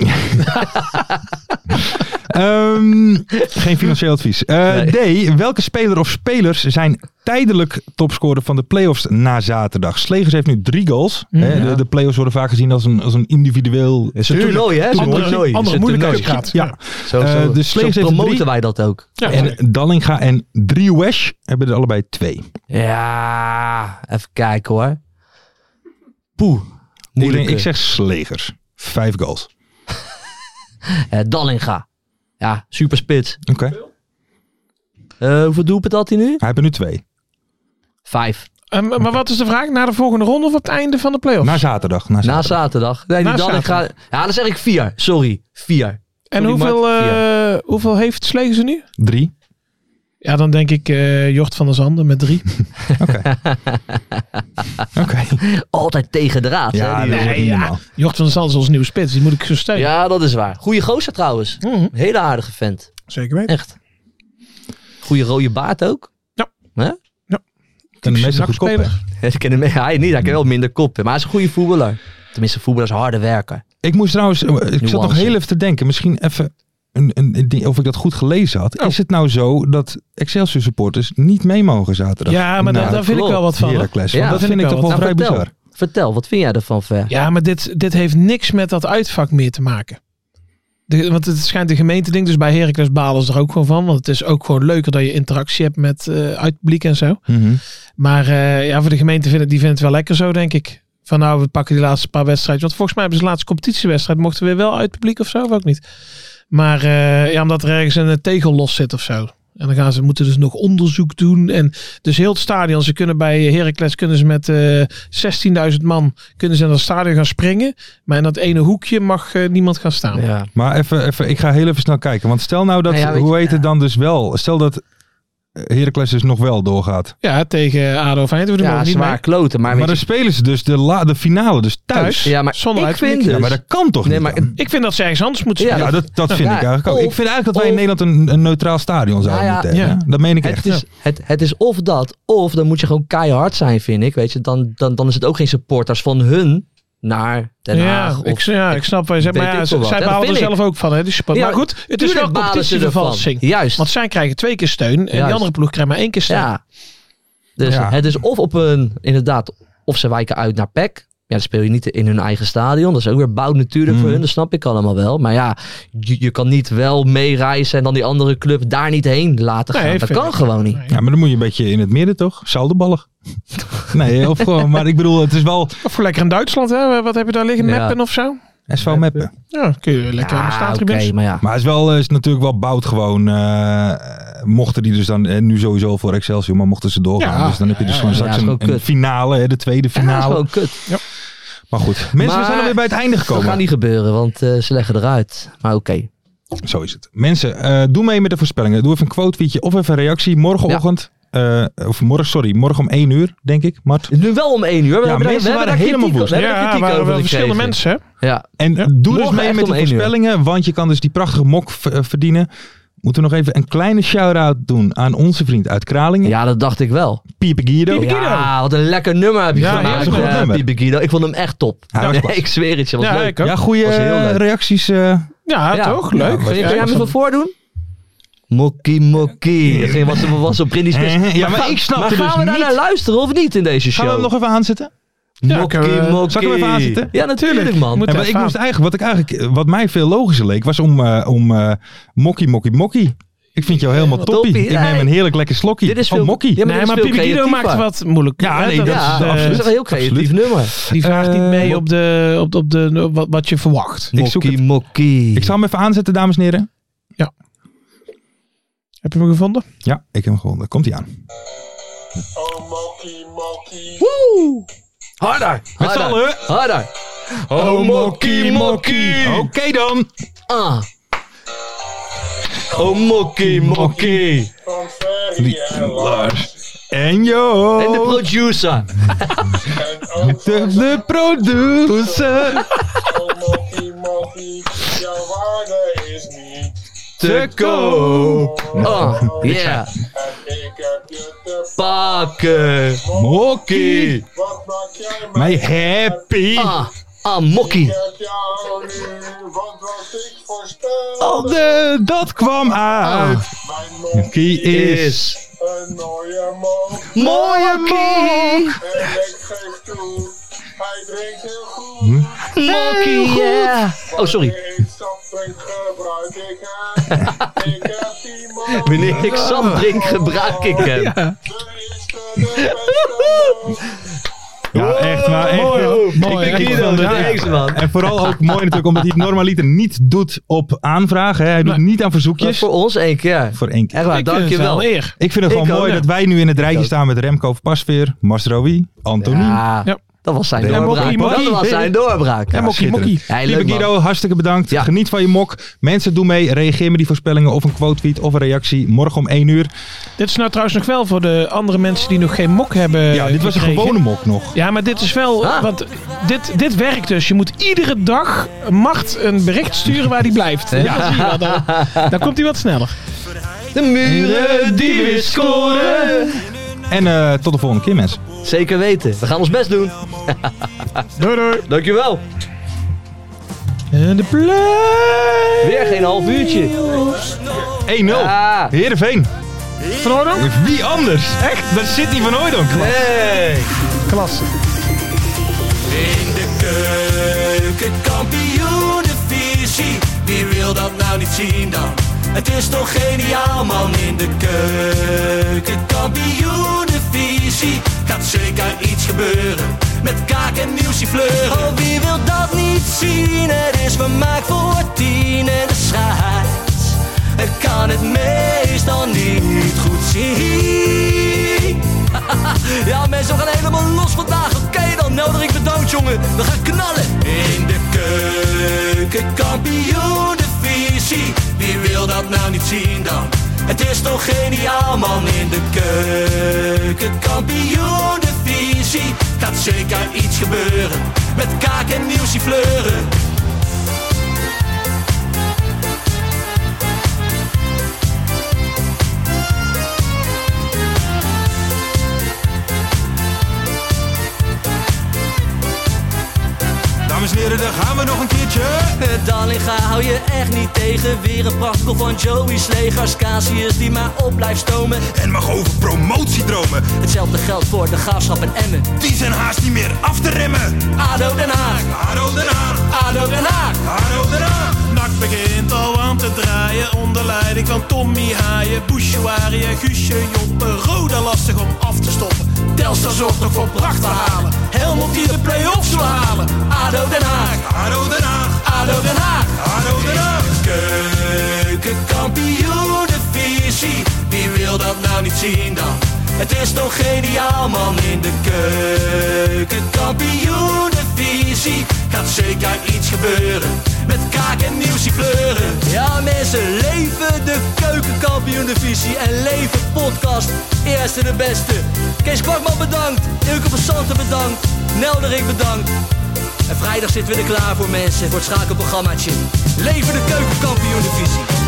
S4: Ehm, geen financieel advies. Eh, D. Welke speler of spelers zijn tijdelijk topscorer van de playoffs na zaterdag? Slegers heeft nu drie goals. hè.
S6: Mm, Ja.
S4: de, de playoffs worden vaak gezien als een, als een individueel.
S6: Is een toernooi, hè? Is een
S5: Andere,
S6: toernooi. Is
S5: andere
S6: een
S5: moeilijkheidsgraad.
S4: Ja.
S6: Zo,
S4: Eh,
S6: zo,
S4: de
S6: zo
S4: Slees heeft
S6: promoten
S4: drie.
S6: wij dat ook.
S5: Ja.
S4: En Dallinga en Driewesh hebben er allebei twee.
S6: Ja, even kijken hoor. Poeh.
S4: Ik,
S6: Moeilijk.
S4: denk- ik zeg Slegers. Vijf goals.
S6: Eh, Dallinga. Ja, super spits.
S4: Oké.
S6: hoeveel doelpunten had hij nu?
S4: Hij heeft er nu twee.
S6: Vijf.
S5: Eh, maar- maar wat is de vraag? Na de volgende ronde of op het einde van de playoffs?
S4: Na zaterdag. Na
S6: Na
S4: zaterdag.
S6: zaterdag. Nee, die
S5: Na
S6: Dallinga. Ja, dan zeg ik vier. Sorry, vier.
S5: en
S6: Sorry,
S5: hoeveel,
S6: Mart,
S5: eh, hoeveel heeft Slegen ze nu?
S4: Drie.
S5: Ja, dan denk ik eh, Jort van der Zanden met drie.
S4: Oké.
S6: Altijd tegen de raad.
S4: Ja,
S6: hè,
S4: dat is
S6: die jongen.
S4: echt niet normaal.
S5: Jort van der Zanden is onze nieuwe spits. Die moet ik zo steunen.
S6: ja, dat is waar. Goeie gozer trouwens.
S5: Mhm.
S6: Hele aardige vent.
S5: Zeker weten.
S6: Echt. Goeie rode baard ook.
S4: En de meeste goedkoop, hè?
S5: Nakspeler.
S6: Ik ken hem, hij niet, hij kan wel minder koppen. Maar hij is een goede voetballer. Tenminste, voetballers harde werken.
S4: Ik moest trouwens, eh, ik zat nog
S6: Nuance.
S4: heel even te denken, misschien even een, een, een ding, of ik dat goed gelezen had.
S5: Oh.
S4: Is het nou zo dat Excelsior supporters niet mee mogen zaterdag?
S5: Ja, maar daar,
S4: Nou,
S5: daar vind ik wel wat van. hoor.
S4: Heracles,
S6: Ja,
S4: want dat
S5: vind
S4: vind
S5: ik
S4: ik toch
S5: wel
S4: wel
S6: Nou,
S4: vrij
S6: vertel.
S4: bizar.
S6: Vertel, wat vind jij ervan, Ver?
S5: Ja, maar dit, dit heeft niks met dat uitvak meer te maken. De, want het schijnt een gemeenteding, dus bij Heracles balen ze er ook gewoon van. Want het is ook gewoon leuker dat je interactie hebt met eh uitpubliek en zo.
S4: Mhm.
S5: Maar eh, ja, voor de gemeente vinden die vindt het wel lekker zo, denk ik. Van nou, we pakken die laatste paar wedstrijden. Want volgens mij hebben ze de laatste competitiewedstrijd. Mochten we wel uit publiek of zo, of ook niet. Maar eh, ja, omdat er ergens een eh, tegel los zit of zo. En dan gaan ze, moeten dus nog onderzoek doen. En dus heel het stadion. Ze kunnen bij eh, Heracles kunnen ze met eh 16.000 man kunnen ze in dat stadion gaan springen. Maar in dat ene hoekje mag eh, niemand gaan staan.
S6: Ja.
S4: Maar even, even, ik ga heel even snel kijken. Want stel nou dat,
S6: Nou ja, weet
S4: hoe
S6: je-
S4: heet het
S6: ja.
S4: dan dus wel? Stel dat Heracles dus nog wel doorgaat.
S5: Ja, tegen ADO Feyenoord. Ja,
S6: Ja,
S5: niet
S6: zwaar
S5: mee.
S6: kloten. Maar,
S4: Maar dan
S6: weet
S4: spelen ze dus de, la, de finale dus thuis.
S5: Thuis.
S6: je- ja, maar
S5: zonder
S6: ik vind
S5: uitpubliek.
S6: dus...
S4: Ja, maar dat kan toch
S6: nee,
S4: niet?
S6: maar
S4: dan?
S5: Ik vind dat ze ergens anders moeten
S6: Ja,
S5: spelen.
S4: ja, dat, dat vind
S6: Ja,
S4: ik eigenlijk ook.
S6: of-
S4: ik vind eigenlijk dat wij in
S6: of-
S4: Nederland een, een neutraal stadion zouden
S6: Nou ja,
S4: moeten hebben. Dat meen ik echt.
S6: Het is, het, het is of dat, of dan moet je gewoon keihard zijn, vind ik. Weet je, dan, dan, dan is het ook geen supporters van hun naar Den Haag.
S5: Ja,
S6: of-
S5: ik, ja, ik snap wat je zegt.
S6: weet
S5: Maar ja,
S6: ik
S5: ze-
S6: veel wat.
S5: zij
S6: Ja, dat
S5: balen er
S6: vind ik.
S5: zelf ook van. Hè, die support.
S6: Ja,
S5: maar goed, het is wel
S6: Tuurlijk balen ze ervan.
S5: competitievervalsing.
S6: Juist.
S5: Want zij krijgen twee keer steun en die
S6: Juist.
S5: andere ploeg krijgt maar één keer steun.
S6: ja. Dus
S4: Ja.
S6: het is of op een, inderdaad, of ze wijken uit naar PEC. Ja, dan speel je niet in hun eigen stadion. Dat is ook weer bouwd natuurlijk voor
S4: Mhm.
S6: hun. Dat snap ik allemaal wel. Maar ja, je, je kan niet wel meereizen en dan die andere club daar niet heen laten gaan.
S5: Nee,
S6: dat
S5: vind
S6: kan
S5: ik-
S6: gewoon niet.
S5: Nee.
S4: Ja, maar dan moet je een beetje in het midden toch? Zoudenballig. nee, of gewoon. Maar ik bedoel, het is wel
S5: Of voor lekker in Duitsland, hè? wat heb je daar liggen?
S6: Ja.
S5: Meppen of zo?
S4: SV Meppen.
S5: Ja, kun je lekker aan de
S6: Ja, Ah, oké,
S5: staattribunes.
S6: maar ja.
S4: Maar het is, wel, eh, is natuurlijk wel bout gewoon. eh, mochten die dus dan, eh, nu sowieso voor Excelsior, maar mochten ze doorgaan.
S5: Ja.
S4: dus dan heb je dus
S5: Ja,
S4: gewoon
S6: ja,
S4: straks
S6: ja, dat is
S4: een,
S6: wel
S4: een
S6: kut.
S4: finale, hè, de tweede
S6: Ja, dat is
S4: finale.
S6: gewoon kut.
S4: Maar goed, mensen, we
S6: Maar-
S4: zijn alweer bij het einde
S6: Dat
S4: gekomen.
S6: gaat niet gebeuren, want eh, ze leggen eruit. Maar oké.
S4: Zo is het. Mensen, eh, doe mee met de voorspellingen. Doe even een quote tweetje of even een reactie. Morgenochtend, eh, of morgen, sorry, morgen om 1 uur, denk ik, Mart.
S6: Het is nu wel om één uur. We
S4: Ja,
S6: hebben, daar- we
S4: mensen
S6: hebben daar
S4: waren helemaal
S6: kritiek,
S4: woest.
S6: we hebben daar
S5: Ja,
S6: kritiek
S5: waren
S6: over
S5: wel verschillende
S6: gekregen.
S5: mensen. hè?
S6: Ja,
S4: En
S5: Ja.
S4: doe dus
S6: Morgen
S4: mee
S6: echt
S4: met de
S6: om één uur.
S4: voorspellingen, want je kan dus die prachtige mok v- eh, verdienen. Moeten we nog even een kleine shout-out doen aan onze vriend uit Kralingen,
S6: ja, dat dacht ik wel.
S4: Pieper Guido.
S6: Ja, wat een lekker nummer heb je
S5: Ja,
S6: gemaakt,
S4: heel goed
S6: eh,
S4: nummer.
S6: Bibi Guido. Ik vond hem echt top.
S4: Hij was
S6: Ja,
S4: klasse.
S6: ik zweer het je, was
S5: Ja,
S6: leuk.
S5: ik ook.
S4: Ja, goede
S6: Was heel leuk.
S4: reacties. eh.
S5: Ja,
S6: Ja.
S5: toch? Leuk.
S6: Kun je- kun jij me
S5: Ja,
S6: van voordoen?
S8: Mokkie, mokkie. Dat ging- was, was op Britney Spears.
S4: Eh, ja, maar
S8: gaan-
S4: ik snapte
S8: maar
S4: dus
S8: gaan we daar
S4: niet.
S8: naar luisteren of niet in deze show?
S4: Gaan we hem nog even aanzetten?
S5: Ja,
S8: Mokkie,
S5: kunnen we-
S8: mokkie.
S4: Zal ik hem even aanzetten?
S8: Ja, natuurlijk
S5: Tuurlijk.
S8: man.
S5: Moet-
S4: Ja,
S5: Ja,
S4: maar ik
S5: faam.
S4: moest eigenlijk, wat, ik eigenlijk, eh, wat mij veel logischer leek, was om, eh om eh mokkie, mokkie, mokkie. Ik vind jou helemaal
S8: Helemaal
S4: toppie.
S8: toppie.
S4: Ik neem
S8: Nee.
S4: een heerlijk lekker slokje.
S8: Dit is
S4: oh,
S8: veel-
S4: mokkie.
S8: Ja, maar
S5: nee,
S8: dit is
S5: maar
S8: veel
S5: Pipi Guido
S8: creatiever.
S5: maakt wat moeilijk.
S4: Ja,
S5: hè?
S4: nee, dat is,
S8: Ja,
S4: eh,
S5: eh,
S8: dat is een heel creatief
S4: absoluut.
S8: nummer.
S5: Die vraagt niet mee
S8: Eh,
S5: op de, op, op de, op wat, wat je verwacht.
S6: Nou,
S4: Ik zoek
S8: Mokkie, mokkie.
S4: Ik zal hem even aanzetten, dames en heren.
S5: Heb je hem gevonden?
S4: Ja, ik heb hem gewonnen. Komt hij aan.
S8: Harder.
S4: Met z'n
S8: Harder.
S4: allen.
S8: Harder.
S4: Oh, mokkie, mokkie. Oké dan.
S8: Ah. Oh, mokkie, mokkie.
S4: Oh. Lars en Jo.
S8: En de producer.
S4: de, de producer.
S8: Te koop. Ah, yeah. Pakken.
S4: Mokkie. Mij happy.
S8: Ah, ah, mokkie.
S4: Al de- eh, dat kwam
S8: Ah,
S4: uit. Mokkie is
S8: is. Mooie mokkie. Mokkie, yeah. Oh, sorry. Wanneer ik sap drink, gebruik ik hem.
S4: Ja, echt waar. Echt,
S5: mooi,
S4: heel
S5: hoor. Mooi,
S4: Ik denk
S5: hè? Ik
S4: Guido,
S5: vond het
S4: ja.
S8: echt, man.
S4: En vooral ook mooi natuurlijk, omdat hij het normaliter niet doet op aanvragen. hè. Hij doet
S5: Nee.
S4: niet aan
S8: Maar
S4: verzoekjes.
S8: voor ons één keer.
S4: Voor eh, één keer.
S8: Echt waar,
S5: Ik vind het wel
S8: dankjewel.
S5: een eer.
S4: Ik vind het
S8: Ik
S4: gewoon
S8: ook,
S4: mooi
S5: ja.
S4: dat wij nu in het rijtje
S8: ook.
S4: staan met Remco Pasveer, Masrowi, Antonie.
S8: Ja,
S5: Ja.
S8: dat was zijn
S4: Ja,
S8: doorbraak.
S4: mokkie, mokkie.
S8: Dat was zijn doorbraak.
S4: Ja, mokkie,
S8: schitterend.
S4: mokkie.
S8: Hey,
S4: Lieve
S8: leuk, man.
S4: Guido, hartstikke bedankt.
S8: Ja.
S4: Geniet van je mok. Mensen, doe mee. Reageer met die voorspellingen of een quote tweet of een reactie. Morgen om 1 uur.
S5: Dit is nou trouwens nog wel voor de andere mensen die nog geen mok hebben.
S4: Ja, dit was een
S5: Eh, gekregen.
S4: gewone mok nog.
S5: Ja, maar dit is wel.
S8: Ah.
S5: Want dit, dit werkt dus. Je moet iedere dag macht een bericht sturen waar die blijft. Ja, dat zie je wel. Dan, dan komt hij wat sneller.
S8: De muren die we scoren.
S4: En eh, tot de volgende keer, mensen.
S8: Zeker weten. We gaan ons best doen.
S5: Doei doei.
S8: Dankjewel.
S5: En de play.
S8: Weer geen half uurtje.
S4: 1-0.
S8: Ah.
S4: Heerenveen. Eh,
S5: Van Oordonk?
S4: Wie anders? Echt? Daar zit hij van Hooijdonk.
S8: Hey.
S5: Klasse.
S6: In de keuken, kampioen de visie. Wie wil dat nou niet zien dan? Het is toch geniaal man in de keuken, kampioen de visie. Gaat zeker iets gebeuren met kaak en muziefleur. Oh, wie wil dat niet zien? Het is vermaakt voor tien en de scheids. Ik kan het meestal niet goed zien. Ja, mensen, we gaan helemaal los vandaag. Oké, dan nodig ik de dood, jongen. We gaan knallen. In de keuken, kampioen, de visie. Wie wil dat nou niet zien dan? Het is toch geniaal, man. In de keuken, kampioen, de visie. Gaat zeker iets gebeuren. Met kaak en nieuws die fleuren.
S9: Dames en heren, daar gaan we nog een keertje.
S6: Eh, Dallinga hou je echt niet tegen. Weer een prachtkel van Joey's legers. Casius die maar op blijft stomen.
S9: En mag over promotiedromen.
S6: Hetzelfde geldt voor de graafschap en Emmen.
S9: Die zijn haast niet meer af te remmen.
S6: ADO Den Haag,
S9: Haro Den Haag,
S6: ADO Den Haag.
S9: Haro Den Haag.
S10: Nak begint al aan te draaien onder leiding van Tommy Haaien, Bouchouari en Guusje Joppen. Roda lastig om af te stoppen. Telstar zorgt nog voor pracht te halen. Helmond die de play-offs wil halen.
S6: ADO Den Haag,
S9: Haro Den Haag,
S6: ADO Den Haag.
S9: Haro Den Haag.
S6: Keukenkampioenenvisie, wie wil dat nou niet zien dan? Het is toch geniaal man in de keukenkampioenenvisie. Gaat zeker iets gebeuren, met kaak en nieuwsie kleuren. Ja mensen, leven de keukenkampioenenvisie en leven podcast. Eerste de beste. Kees Kwakman bedankt, Ilke van Santen bedankt, Nelderik bedankt. En vrijdag zitten we er klaar voor mensen, voor het schakelprogrammaatje. Leven de keukenkampioen divisie.